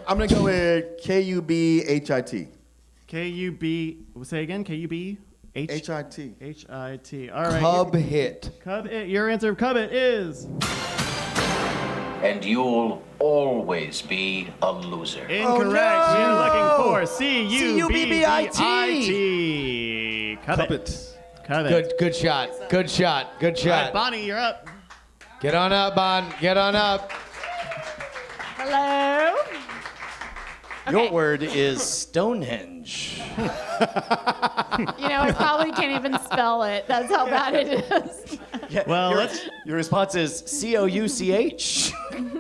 [SPEAKER 9] gonna go with K U B H I T.
[SPEAKER 7] K U B. Say again. K U B H
[SPEAKER 9] H I T.
[SPEAKER 7] H I T. All right.
[SPEAKER 2] Pub hit.
[SPEAKER 7] Cubit. Your answer, Cubit, is.
[SPEAKER 10] and you'll always be a loser.
[SPEAKER 7] Incorrect.
[SPEAKER 2] Oh,
[SPEAKER 7] You're looking for C U B B I T.
[SPEAKER 10] C-U-B-B-I-T.
[SPEAKER 7] Covet. Covet.
[SPEAKER 2] Good, good shot. Good shot. Good
[SPEAKER 7] All right,
[SPEAKER 2] shot.
[SPEAKER 7] Bonnie, you're up.
[SPEAKER 2] Get on up, Bon. Get on up.
[SPEAKER 5] Hello.
[SPEAKER 4] Your word is Stonehenge.
[SPEAKER 5] You know, I probably can't even spell it. That's how bad it is.
[SPEAKER 7] Well,
[SPEAKER 4] your,
[SPEAKER 7] let's-
[SPEAKER 4] your response is C O U C H.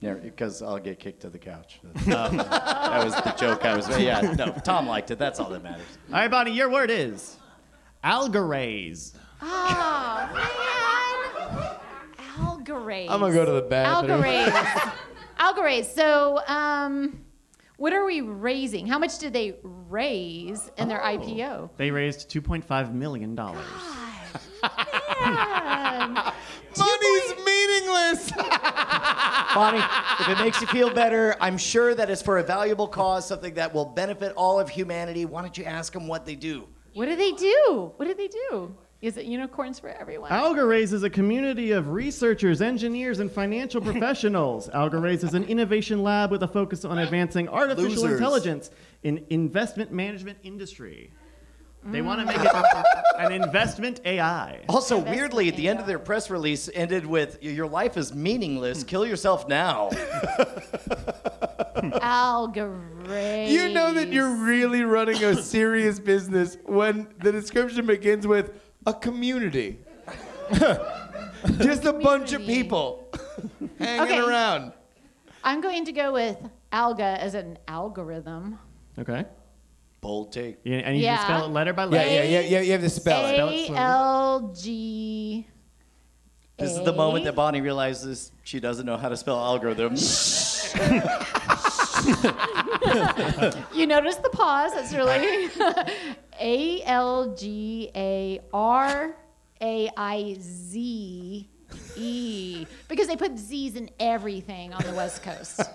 [SPEAKER 4] Yeah, because I'll get kicked to the couch. Um, that was the joke I was making. Yeah, no, Tom liked it. That's all that matters.
[SPEAKER 7] All right, Bonnie, your word is algorays.
[SPEAKER 5] Oh man, Algorays.
[SPEAKER 2] I'm gonna go to the bathroom.
[SPEAKER 5] Algorays. Algorays. So, um, what are we raising? How much did they raise in
[SPEAKER 2] Oh.
[SPEAKER 5] their IPO?
[SPEAKER 7] They raised $2.5 million.
[SPEAKER 2] Money's meaningless.
[SPEAKER 4] Bonnie, if it makes you feel better, I'm sure that it's for a valuable cause, something that will benefit all of humanity. Why don't you ask them what they do?
[SPEAKER 5] What do they do? What do they do? Is it unicorns for everyone?
[SPEAKER 7] Algorays is a community of researchers, engineers, and financial professionals. Algorays is an innovation lab with a focus on advancing artificial
[SPEAKER 9] Losers.
[SPEAKER 7] intelligence in investment management industry. They want to make it an investment AI.
[SPEAKER 4] Also, weirdly, at the end of their press release ended with "Your life is meaningless. Kill yourself now."
[SPEAKER 5] Algorays.
[SPEAKER 2] You know that you're really running a serious business when the description begins with a community. Just a bunch of people hanging
[SPEAKER 5] Okay.
[SPEAKER 2] around.
[SPEAKER 5] I'm going to go with alga as an algorithm.
[SPEAKER 7] Okay.
[SPEAKER 4] Bold take.
[SPEAKER 7] Yeah, and you
[SPEAKER 5] Yeah.
[SPEAKER 7] can spell it letter by
[SPEAKER 2] Yeah,
[SPEAKER 7] letter.
[SPEAKER 2] yeah, yeah, yeah. You have to spell it.
[SPEAKER 5] A L G.
[SPEAKER 4] This is the moment that Bonnie realizes she doesn't know how to spell algorithm.
[SPEAKER 5] You notice the pause. That's really A L G A R A I Z E because they put Z's in everything on the West Coast.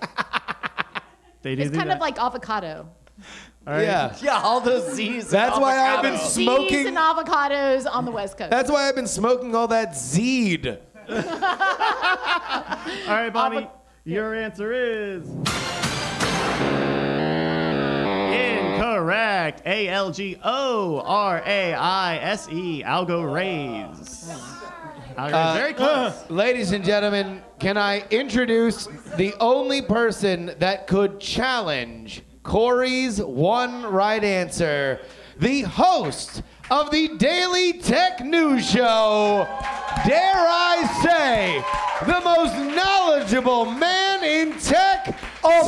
[SPEAKER 7] They do
[SPEAKER 5] It's
[SPEAKER 7] do
[SPEAKER 5] kind
[SPEAKER 7] that.
[SPEAKER 5] of like avocado.
[SPEAKER 7] All right.
[SPEAKER 2] Yeah.
[SPEAKER 4] yeah, all those Z's.
[SPEAKER 2] That's why I've been
[SPEAKER 4] Avocado.
[SPEAKER 5] Z's
[SPEAKER 2] smoking.
[SPEAKER 5] and avocados on the West Coast.
[SPEAKER 2] That's why I've been smoking all that Zed.
[SPEAKER 7] All right, Bonnie, your answer is. Incorrect. A L G O R A I S E. Algo raise. Algo Very close.
[SPEAKER 2] Ladies and gentlemen, can I introduce the only person that could challenge Corey's one right answer? The host of the Daily Tech News Show, dare I say, the most knowledgeable man in tech, Tom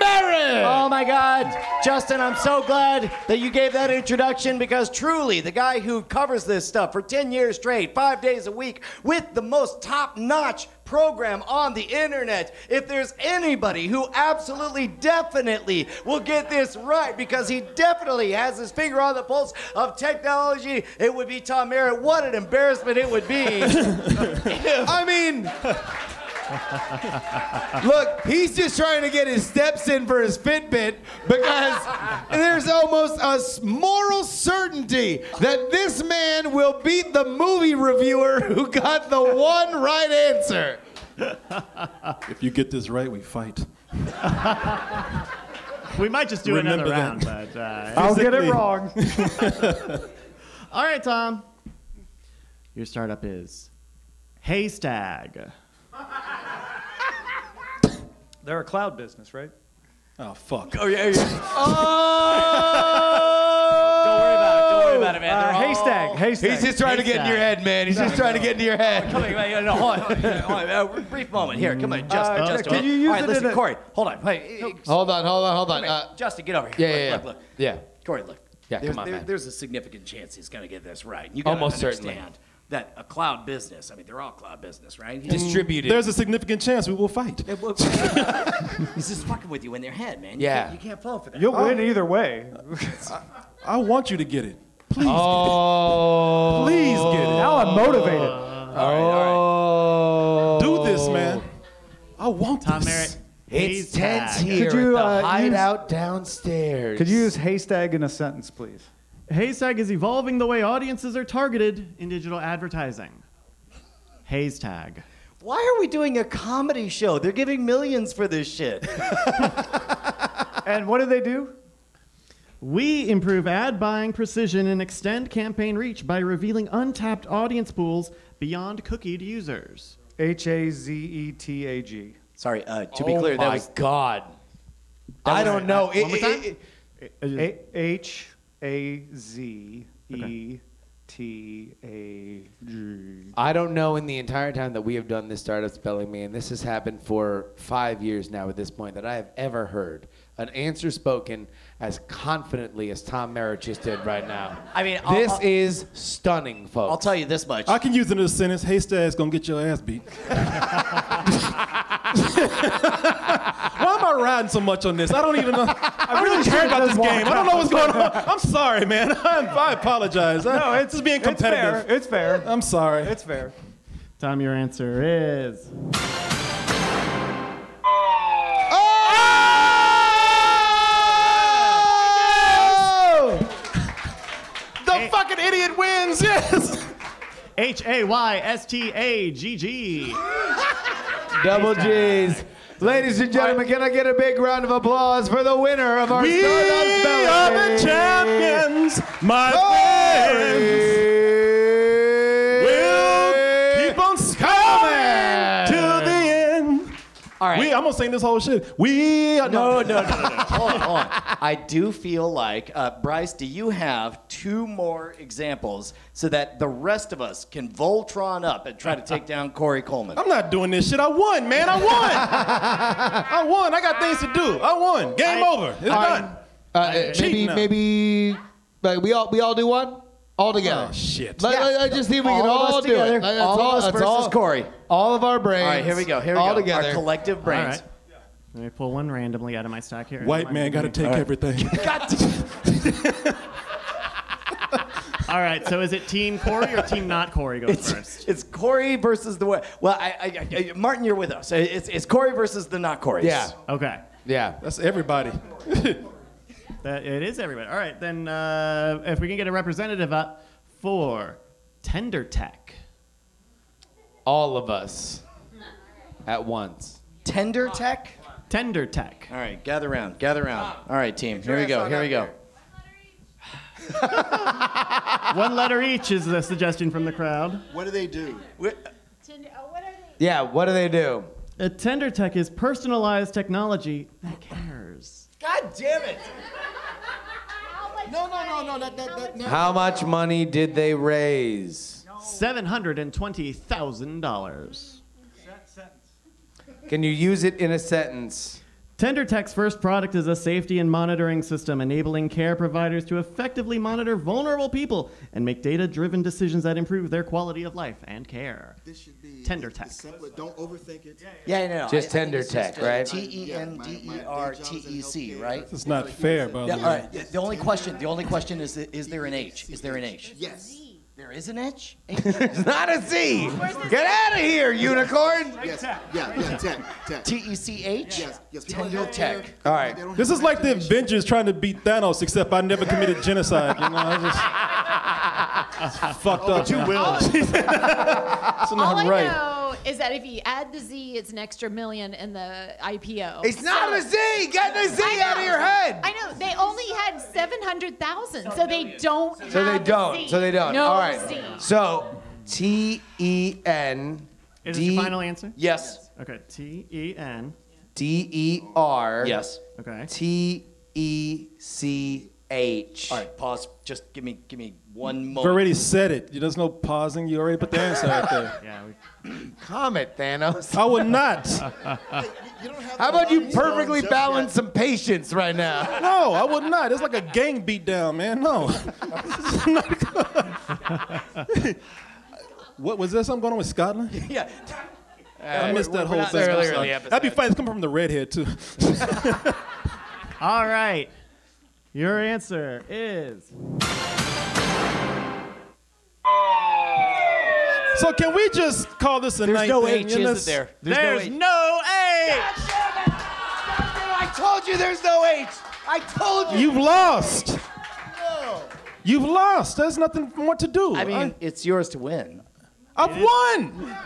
[SPEAKER 2] Merritt.
[SPEAKER 4] Oh my God, Justin, I'm so glad that you gave that introduction because truly, the guy who covers this stuff for 10 years straight, five days a week, with the most top notch program on the internet, if there's anybody who absolutely definitely will get this right because he definitely has his finger on the pulse of technology, it would be Tom Merritt. What an embarrassment it would be.
[SPEAKER 2] I mean, look, he's just trying to get his steps in for his Fitbit because there's almost a s- moral certainty that this man will beat the movie reviewer who got the one right answer.
[SPEAKER 8] If you get this right, we fight.
[SPEAKER 7] We might just do another
[SPEAKER 8] Remember that.
[SPEAKER 7] round, but. Uh,
[SPEAKER 3] I'll get it
[SPEAKER 8] Physically.
[SPEAKER 3] wrong.
[SPEAKER 7] All right, Tom. Your startup is Haystag.
[SPEAKER 6] They're a cloud business, right?
[SPEAKER 8] Oh fuck.
[SPEAKER 7] Don't worry about it. Don't worry about it, man.
[SPEAKER 6] Uh, haystack, haystack.
[SPEAKER 2] He's just trying to get in your head, man. He's just trying to get into your head.
[SPEAKER 4] Come on, wait, no, hold on, hold on, hold on, a brief moment here. Come on, Justin.
[SPEAKER 6] Uh,
[SPEAKER 4] Justin,
[SPEAKER 6] can you use
[SPEAKER 4] All right,
[SPEAKER 6] it
[SPEAKER 4] listen,
[SPEAKER 6] in a-
[SPEAKER 4] Corey. Hold on. Hey,
[SPEAKER 2] Hold on, hold on, hold on.
[SPEAKER 4] come here.
[SPEAKER 2] Uh,
[SPEAKER 4] Justin, get over here.
[SPEAKER 2] yeah,
[SPEAKER 4] look,
[SPEAKER 2] yeah,
[SPEAKER 4] look,
[SPEAKER 2] yeah.
[SPEAKER 4] look.
[SPEAKER 2] Yeah.
[SPEAKER 4] Corey, look.
[SPEAKER 2] Yeah,
[SPEAKER 4] there's,
[SPEAKER 2] come on,
[SPEAKER 4] there-
[SPEAKER 2] man.
[SPEAKER 4] There's a significant chance he's going to get this right. You gotta
[SPEAKER 2] Almost
[SPEAKER 4] understand
[SPEAKER 2] certainly.
[SPEAKER 4] that a cloud business. I mean, they're all cloud business, right? He's just,
[SPEAKER 2] Distributed.
[SPEAKER 8] There's a significant chance we will fight.
[SPEAKER 4] he's just fucking with you in their head, man. You
[SPEAKER 2] Yeah.
[SPEAKER 4] can't- you can't fall for that.
[SPEAKER 6] You'll win either way.
[SPEAKER 8] I want you to get it. Please,
[SPEAKER 2] oh.
[SPEAKER 8] please get it.
[SPEAKER 6] Now I'm motivated.
[SPEAKER 2] Oh.
[SPEAKER 8] Do this, man. I want
[SPEAKER 7] Tom
[SPEAKER 8] this.
[SPEAKER 7] Merritt.
[SPEAKER 2] It's tense
[SPEAKER 7] Haystag.
[SPEAKER 2] here
[SPEAKER 6] Could you,
[SPEAKER 2] at the
[SPEAKER 6] uh, use-
[SPEAKER 2] hideout downstairs.
[SPEAKER 6] Could you use haystack in a sentence, please?
[SPEAKER 7] Haystack is evolving the way audiences are targeted in digital advertising. Haystack.
[SPEAKER 4] Why are we doing a comedy show? They're giving millions for this shit.
[SPEAKER 7] And what do they do? We improve ad buying precision and extend campaign reach by revealing untapped audience pools beyond cookied users.
[SPEAKER 6] H A Z E T A G.
[SPEAKER 4] Sorry, uh, to
[SPEAKER 2] Oh
[SPEAKER 6] be clear, that
[SPEAKER 4] my
[SPEAKER 6] was-
[SPEAKER 4] God.
[SPEAKER 6] I
[SPEAKER 4] was-
[SPEAKER 6] don't know.
[SPEAKER 4] uh,
[SPEAKER 6] It-
[SPEAKER 4] one more
[SPEAKER 6] it-
[SPEAKER 4] time?
[SPEAKER 6] it- A- H A Z E T A G.
[SPEAKER 2] I don't know in the entire time that we have done this startup spelling me, and this has happened for five years now at this point, that I have ever heard an answer spoken as confidently as Tom Merritt just did right now.
[SPEAKER 4] I mean, I'll-
[SPEAKER 2] this
[SPEAKER 4] I'll-
[SPEAKER 2] is stunning, folks.
[SPEAKER 4] I'll tell you this much.
[SPEAKER 8] I can use it in a sentence. Hey, Stag's gonna get your ass beat. Why am I riding so much on this? I don't even know. I really care about this game. I don't know what's going on. I'm sorry, man. I'm, I apologize.
[SPEAKER 6] No,
[SPEAKER 8] I,
[SPEAKER 6] it's-
[SPEAKER 8] just being
[SPEAKER 6] it's fair.
[SPEAKER 8] competitive.
[SPEAKER 6] It's fair.
[SPEAKER 8] I'm sorry.
[SPEAKER 6] It's fair.
[SPEAKER 7] Tom, your answer is.
[SPEAKER 8] The fucking idiot wins, yes!
[SPEAKER 7] H A Y S T A G G.
[SPEAKER 11] Double G's. Ladies and gentlemen, can I get a big round of applause for the winner of our
[SPEAKER 8] We
[SPEAKER 11] startup belly?
[SPEAKER 8] are the champions, my friends. We'll keep on coming till the end.
[SPEAKER 4] All right.
[SPEAKER 8] We, I'm gonna sing this whole Oh, shit. We are
[SPEAKER 4] no, no, no, no, no. hold on, hold on. I do feel like uh, Bryce. Do you have two more examples so that the rest of us can Voltron up and try to take down Corey Coleman?
[SPEAKER 8] I'm not doing this shit. I won, man. I won. I won. I got things to do. I won. Game over. It's done.
[SPEAKER 2] Uh,
[SPEAKER 8] cheating
[SPEAKER 2] maybe,
[SPEAKER 8] now.
[SPEAKER 2] maybe, like, we all we all do one all together.
[SPEAKER 8] Oh, shit.
[SPEAKER 2] Let-
[SPEAKER 8] Yeah.
[SPEAKER 2] let- I just think we
[SPEAKER 4] All
[SPEAKER 2] can
[SPEAKER 4] of us
[SPEAKER 2] all do
[SPEAKER 4] together.
[SPEAKER 2] it. Like, that's
[SPEAKER 4] All of us
[SPEAKER 2] that's
[SPEAKER 4] versus Corey.
[SPEAKER 2] All of our brains.
[SPEAKER 4] All right, here we go. Here we
[SPEAKER 2] all
[SPEAKER 4] go.
[SPEAKER 2] Together.
[SPEAKER 4] Our collective brains.
[SPEAKER 7] All right. Let me pull one randomly out of my stack here.
[SPEAKER 8] White man got to take everything.
[SPEAKER 7] All right, so is it Team Corey or Team Not Corey goes first?
[SPEAKER 4] It's Corey versus the well. I, I, I, Martin, you're with us. It's, it's Corey versus the not Corey.
[SPEAKER 2] Yeah.
[SPEAKER 7] Okay.
[SPEAKER 2] Yeah.
[SPEAKER 8] That's everybody.
[SPEAKER 7] That, it is everybody. All right, then uh, if we can get a representative up for Tender Tech.
[SPEAKER 2] All of us at once.
[SPEAKER 4] Tender Tech.
[SPEAKER 7] Tender Tech.
[SPEAKER 4] All right, gather round, gather
[SPEAKER 7] Ah.
[SPEAKER 4] round. All right, team. Here we go. Here we go.
[SPEAKER 7] One letter each is the suggestion from the crowd.
[SPEAKER 12] What do they do?
[SPEAKER 2] Yeah. What do they do?
[SPEAKER 7] A Tender Tech is personalized technology that cares.
[SPEAKER 12] God damn it! No, no, no, no, that, that, that, no.
[SPEAKER 2] How much money did they raise?
[SPEAKER 7] $720,000.
[SPEAKER 2] Can you use it in a sentence?
[SPEAKER 7] TenderTech's first product is a safety and monitoring system enabling care providers to effectively monitor vulnerable people and make data driven decisions that improve their quality of life and care.
[SPEAKER 12] This should be
[SPEAKER 7] TenderTech.
[SPEAKER 12] simple. Don't overthink it.
[SPEAKER 4] Yeah, no.
[SPEAKER 2] Just Tender Tech, right?
[SPEAKER 4] T E N D E R T E C, right?
[SPEAKER 8] It's not fair, brother.
[SPEAKER 4] Yeah, all right. The only question, the only question is, is there an H? Is there an H?
[SPEAKER 12] Yes.
[SPEAKER 4] There is an H.
[SPEAKER 2] It's not a Z. Get out of here, unicorn.
[SPEAKER 12] Yes. Yeah, yeah, tech, tech.
[SPEAKER 4] T E C H.
[SPEAKER 12] Yes, yes.
[SPEAKER 4] Tender Tech.
[SPEAKER 2] All right.
[SPEAKER 8] This is like the Avengers trying to beat Thanos, except I never committed genocide. You know, I just it's fucked up.
[SPEAKER 12] You
[SPEAKER 8] man.
[SPEAKER 12] will.
[SPEAKER 8] It's not
[SPEAKER 5] All I
[SPEAKER 8] right.
[SPEAKER 5] know is that if you add the Z, it's an extra million in the IPO.
[SPEAKER 2] It's not a Z. Get the Z
[SPEAKER 5] I
[SPEAKER 2] out of
[SPEAKER 5] know.
[SPEAKER 2] your head.
[SPEAKER 5] I know they only had seven hundred thousand, so they don't.
[SPEAKER 2] So they
[SPEAKER 5] have
[SPEAKER 2] don't.
[SPEAKER 5] Z.
[SPEAKER 2] So they don't.
[SPEAKER 5] No
[SPEAKER 2] All right.
[SPEAKER 5] Z.
[SPEAKER 2] So T E N
[SPEAKER 7] Is this
[SPEAKER 2] D
[SPEAKER 7] your final answer?
[SPEAKER 4] Yes.
[SPEAKER 7] Okay, T E N.
[SPEAKER 2] D E R
[SPEAKER 4] Yes.
[SPEAKER 7] Okay.
[SPEAKER 2] T E C H.
[SPEAKER 4] All right. Pause. Just give me, give me one
[SPEAKER 8] I've
[SPEAKER 4] moment.
[SPEAKER 8] already said it. There's no pausing. You already put the answer out there.
[SPEAKER 7] Yeah, we,
[SPEAKER 2] Comet Thanos.
[SPEAKER 8] I would not.
[SPEAKER 2] How about you perfectly balance some patience right now?
[SPEAKER 8] No, I would not. It's like a gang beatdown, man. No. This is not good. what was this? I'm going on with Scotland.
[SPEAKER 4] Yeah.
[SPEAKER 6] Uh,
[SPEAKER 8] I missed that whole
[SPEAKER 2] not
[SPEAKER 8] thing. I'm
[SPEAKER 2] earlier in
[SPEAKER 8] sorry.
[SPEAKER 2] the episode.
[SPEAKER 8] That'd be fine. It's coming from the redhead too.
[SPEAKER 7] All right. Your answer is
[SPEAKER 8] So can we just call this a night?
[SPEAKER 4] There's no
[SPEAKER 8] thing?
[SPEAKER 4] H,
[SPEAKER 8] You know,
[SPEAKER 4] is there?
[SPEAKER 7] There's no H.
[SPEAKER 12] I told you there's no H. I told you.
[SPEAKER 8] You've lost. You've lost. There's nothing more to do.
[SPEAKER 4] I mean, it's yours to win.
[SPEAKER 8] I've won.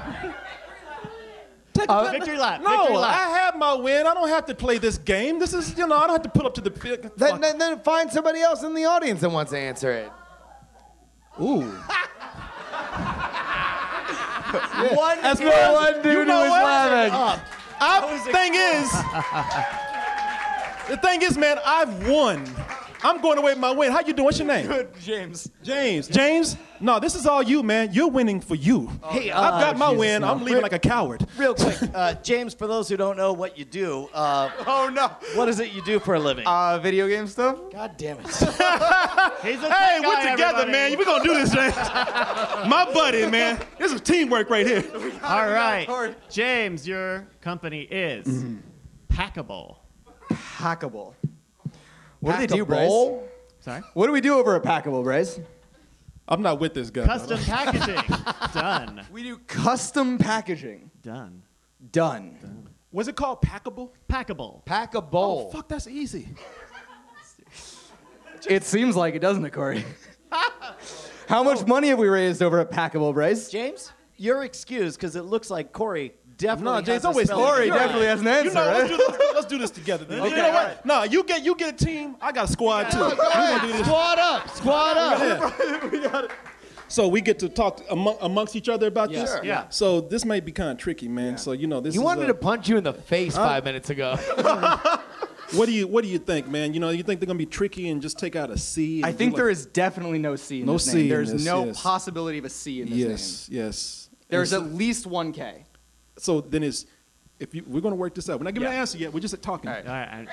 [SPEAKER 8] Take a
[SPEAKER 4] Uh,
[SPEAKER 8] bit-
[SPEAKER 4] victory lap,
[SPEAKER 8] No,
[SPEAKER 4] victory lap.
[SPEAKER 8] I have my win. I don't have to play this game. This is, you know, I don't have to pull up to the. Then,
[SPEAKER 2] then, then find somebody else in the audience that wants to answer it.
[SPEAKER 8] Ooh.
[SPEAKER 2] One
[SPEAKER 8] As
[SPEAKER 2] dude-
[SPEAKER 8] well as-
[SPEAKER 2] one dude
[SPEAKER 8] you know
[SPEAKER 2] who was
[SPEAKER 8] what?
[SPEAKER 2] laughing.
[SPEAKER 8] Uh, I, thing is, the thing is, man, I've won. I'm going away with my win. How you doing? What's your name?
[SPEAKER 13] Good, James.
[SPEAKER 8] James. James. No, this is all you, man. You're winning for you.
[SPEAKER 1] Oh,
[SPEAKER 4] Hey, uh,
[SPEAKER 8] I've got my
[SPEAKER 4] Jesus,
[SPEAKER 8] win.
[SPEAKER 4] no.
[SPEAKER 8] I'm leaving like a coward.
[SPEAKER 4] Real quick, uh, James, for those who don't know what you do, uh, oh no, what is it you do for a living?
[SPEAKER 6] Uh, video game stuff.
[SPEAKER 4] God damn it!
[SPEAKER 7] He's a
[SPEAKER 8] Hey, we're together, man. We're gonna do this, man. My buddy, man. This is teamwork right here.
[SPEAKER 7] All right. James, your company is Packable.
[SPEAKER 6] Packable. What do they do, Bryce?
[SPEAKER 7] Packable? Sorry?
[SPEAKER 6] What do we do over at Packable, Bryce?
[SPEAKER 8] I'm not with this guy.
[SPEAKER 7] Custom packaging. Done.
[SPEAKER 6] We do custom packaging.
[SPEAKER 7] Done.
[SPEAKER 6] Done.
[SPEAKER 8] Was it called packable?
[SPEAKER 7] Packable.
[SPEAKER 6] Packable.
[SPEAKER 8] Oh, fuck, that's easy.
[SPEAKER 6] It seems like it, doesn't it, Corey? How much money have we raised over at Packable, Bryce?
[SPEAKER 4] James, you're excused because it looks like Corey definitely.
[SPEAKER 8] No,
[SPEAKER 4] has
[SPEAKER 8] James,
[SPEAKER 4] a
[SPEAKER 8] don't waste
[SPEAKER 4] spelling
[SPEAKER 6] Corey
[SPEAKER 4] bee.
[SPEAKER 6] definitely has an answer.
[SPEAKER 8] You know,
[SPEAKER 6] right?
[SPEAKER 8] let's, do, let's, let's do this together. Then.
[SPEAKER 6] Okay,
[SPEAKER 8] you know
[SPEAKER 6] all
[SPEAKER 8] what? No, you get you get a team. I got a squad too.
[SPEAKER 6] go
[SPEAKER 8] We gonna do this.
[SPEAKER 4] Squad up, squad
[SPEAKER 8] Yeah. So we get to talk among, amongst each other about
[SPEAKER 1] Yeah.
[SPEAKER 8] this.
[SPEAKER 1] Sure. Yeah.
[SPEAKER 8] So this might be kind of tricky, man. So you know this.
[SPEAKER 1] You
[SPEAKER 8] is
[SPEAKER 1] wanted
[SPEAKER 8] a-
[SPEAKER 1] to punch you in the face
[SPEAKER 8] Huh?
[SPEAKER 1] five minutes ago.
[SPEAKER 8] What do you What do you think, man? You know, you think they're gonna be tricky and just take out a C?
[SPEAKER 6] I think there is definitely no C in
[SPEAKER 8] No
[SPEAKER 6] this
[SPEAKER 8] C in
[SPEAKER 6] name. There's
[SPEAKER 8] this,
[SPEAKER 6] no
[SPEAKER 8] yes.
[SPEAKER 6] possibility of a C in this
[SPEAKER 8] Yes, yes.
[SPEAKER 6] name. There's
[SPEAKER 8] And
[SPEAKER 6] at least one K.
[SPEAKER 8] so, so then it's if you, we're gonna work this out. We're not giving an answer yet. We're just talking.
[SPEAKER 7] All right.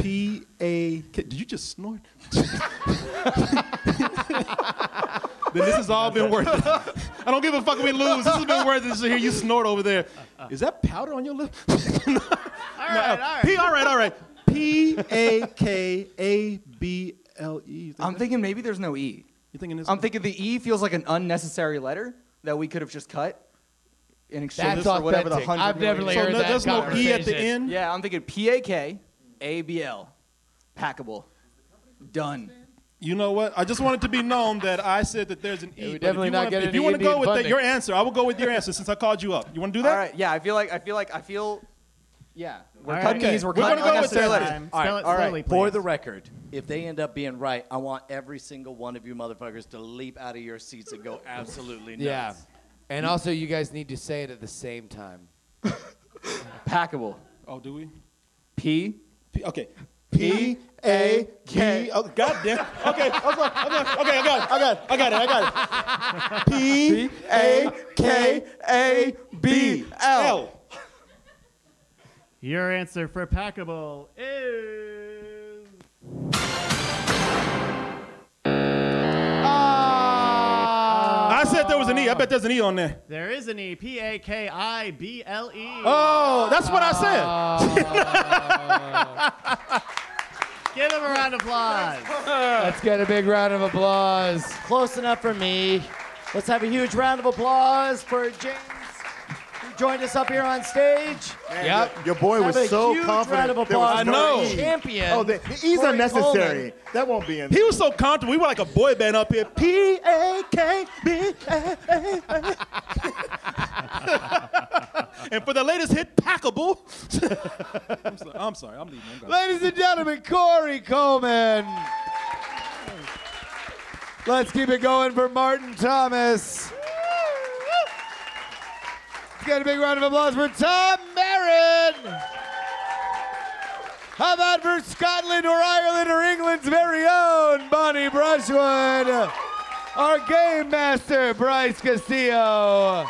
[SPEAKER 8] P A K. Did you just snort? then this has all been worth it. I don't give a fuck if we lose. This has been worth it just to hear you snort over there. Is that powder on your lip? all, right, all right. P. All right, all right. P A K A B L E.
[SPEAKER 6] I'm thinking maybe there's no E.
[SPEAKER 8] You thinking this?
[SPEAKER 6] I'm thinking the E feels like an unnecessary letter that we could have just cut in exchange
[SPEAKER 1] That's
[SPEAKER 6] for whatever the
[SPEAKER 1] authentic.
[SPEAKER 6] hundred.
[SPEAKER 1] I've
[SPEAKER 6] million-
[SPEAKER 1] definitely So
[SPEAKER 8] Oh,
[SPEAKER 1] heard no- that there's no E at the conversation. end?
[SPEAKER 6] Yeah, I'm thinking P A K A B L, packable, done.
[SPEAKER 8] You know what? I just want it to be known that I said that there's an E.
[SPEAKER 6] we
[SPEAKER 8] but if
[SPEAKER 6] definitely
[SPEAKER 8] you
[SPEAKER 6] not
[SPEAKER 8] wanna-
[SPEAKER 6] getting
[SPEAKER 8] If you
[SPEAKER 6] any
[SPEAKER 8] want to
[SPEAKER 6] EB
[SPEAKER 8] go with the-
[SPEAKER 6] funding.
[SPEAKER 8] your answer, I will go with your answer since I called you up. You want to do that?
[SPEAKER 6] All right. Yeah, I feel like I feel like I feel. Yeah, we're
[SPEAKER 8] All
[SPEAKER 6] cutting
[SPEAKER 8] right.
[SPEAKER 6] these. We're
[SPEAKER 8] Okay, we're
[SPEAKER 6] cutting
[SPEAKER 8] gonna go with
[SPEAKER 6] unnecessary
[SPEAKER 8] that.
[SPEAKER 6] letters.
[SPEAKER 8] All right,
[SPEAKER 4] Spell it
[SPEAKER 8] all right.
[SPEAKER 4] slowly,
[SPEAKER 8] For
[SPEAKER 4] please.
[SPEAKER 8] the
[SPEAKER 4] record, if they end up being right, I want every single one of you motherfuckers to leap out of your seats and go absolutely nuts.
[SPEAKER 1] yeah. And also, you guys need to say it at the same time.
[SPEAKER 6] Packable.
[SPEAKER 8] Oh, do we?
[SPEAKER 6] P.
[SPEAKER 8] P okay. P A K. Oh, God damn. Okay, I was like- I was like- okay, I got it. I got it. I got it. I got it. P A K A B L.
[SPEAKER 7] Your answer for Packable is.
[SPEAKER 8] I said there was an E. I bet there's an E on there.
[SPEAKER 7] There is an E. P A K I B L E.
[SPEAKER 8] Oh, that's what I said.
[SPEAKER 7] Give him a round of applause.
[SPEAKER 1] Let's get a big round of applause.
[SPEAKER 4] Close enough for me. Let's have a huge round of applause for James, who joined us up here on stage.
[SPEAKER 14] Your, your boy
[SPEAKER 4] Let's
[SPEAKER 14] was
[SPEAKER 4] have a
[SPEAKER 14] so
[SPEAKER 4] huge
[SPEAKER 14] confident.
[SPEAKER 4] round of
[SPEAKER 14] There was
[SPEAKER 4] applause
[SPEAKER 14] no
[SPEAKER 4] for
[SPEAKER 14] E.
[SPEAKER 4] champion,
[SPEAKER 14] Oh, the, he's
[SPEAKER 4] Corey
[SPEAKER 14] unnecessary.
[SPEAKER 4] Coleman.
[SPEAKER 14] That won't be in.
[SPEAKER 8] He was so comfortable. We were like a boy band up here. P A K B A A. And for the latest hit, Packable. I'm, so- I'm sorry. I'm leaving. I'm gone.
[SPEAKER 2] Ladies and gentlemen, Corey Coleman. Let's keep it going for Martin Thomas. Let's get a big round of applause for Tom Merritt. How about for Scotland or Ireland or England's very own Bonnie Brushwood? Our game master, Bryce Castillo.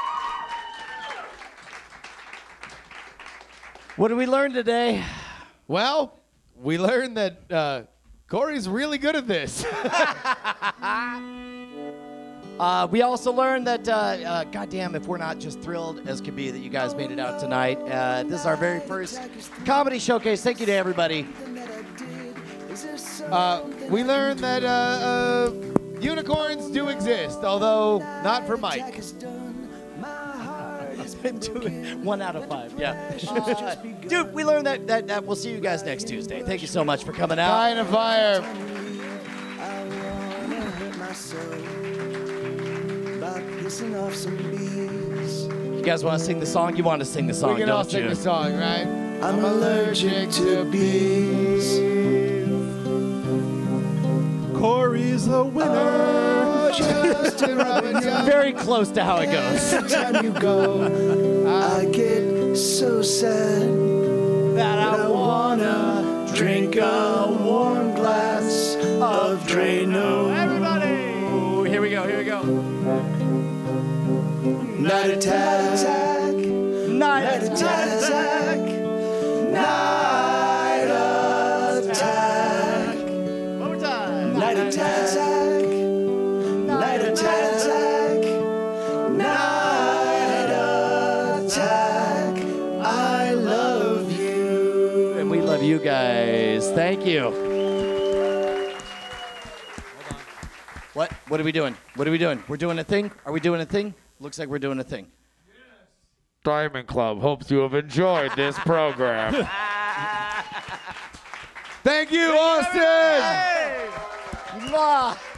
[SPEAKER 4] What did we learn today?
[SPEAKER 1] Well, we learned that uh, Corey's really good at this.
[SPEAKER 4] Uh, we also learned that, uh, uh, goddamn, if we're not just thrilled as could be that you guys made it out tonight. Uh, this is our very first comedy showcase. Thank you to everybody.
[SPEAKER 2] Uh,
[SPEAKER 1] we learned that uh, uh, unicorns do exist, although not for Mike.
[SPEAKER 4] It's been doing one out of five. Yeah. Uh, dude, we learned that, that, that. We'll see you guys next Tuesday. Thank you so much for coming out.
[SPEAKER 1] Dying of fire.
[SPEAKER 8] myself by pissing off some bees.
[SPEAKER 4] You guys want to sing the song? You want to sing the song, don't you?
[SPEAKER 8] right? I'm allergic to bees.
[SPEAKER 2] Corey's the winner.
[SPEAKER 8] Justin Robinson.
[SPEAKER 4] Very close to how it goes.
[SPEAKER 8] Every time you go, I get so sad that I wanna drink a warm glass of Drano. Everybody!
[SPEAKER 4] Here we go, here we go.
[SPEAKER 8] Night attack. Night attack. Night attack. One more time. Night attack. Night attack. Night attack. I love you.
[SPEAKER 4] And we love you guys. Thank you. What? What are we doing? What are we doing? We're doing a thing? Are we doing a thing? Looks like we're doing a thing.
[SPEAKER 15] Diamond Club hopes you have enjoyed this program. Thank you, Austin.
[SPEAKER 4] Live.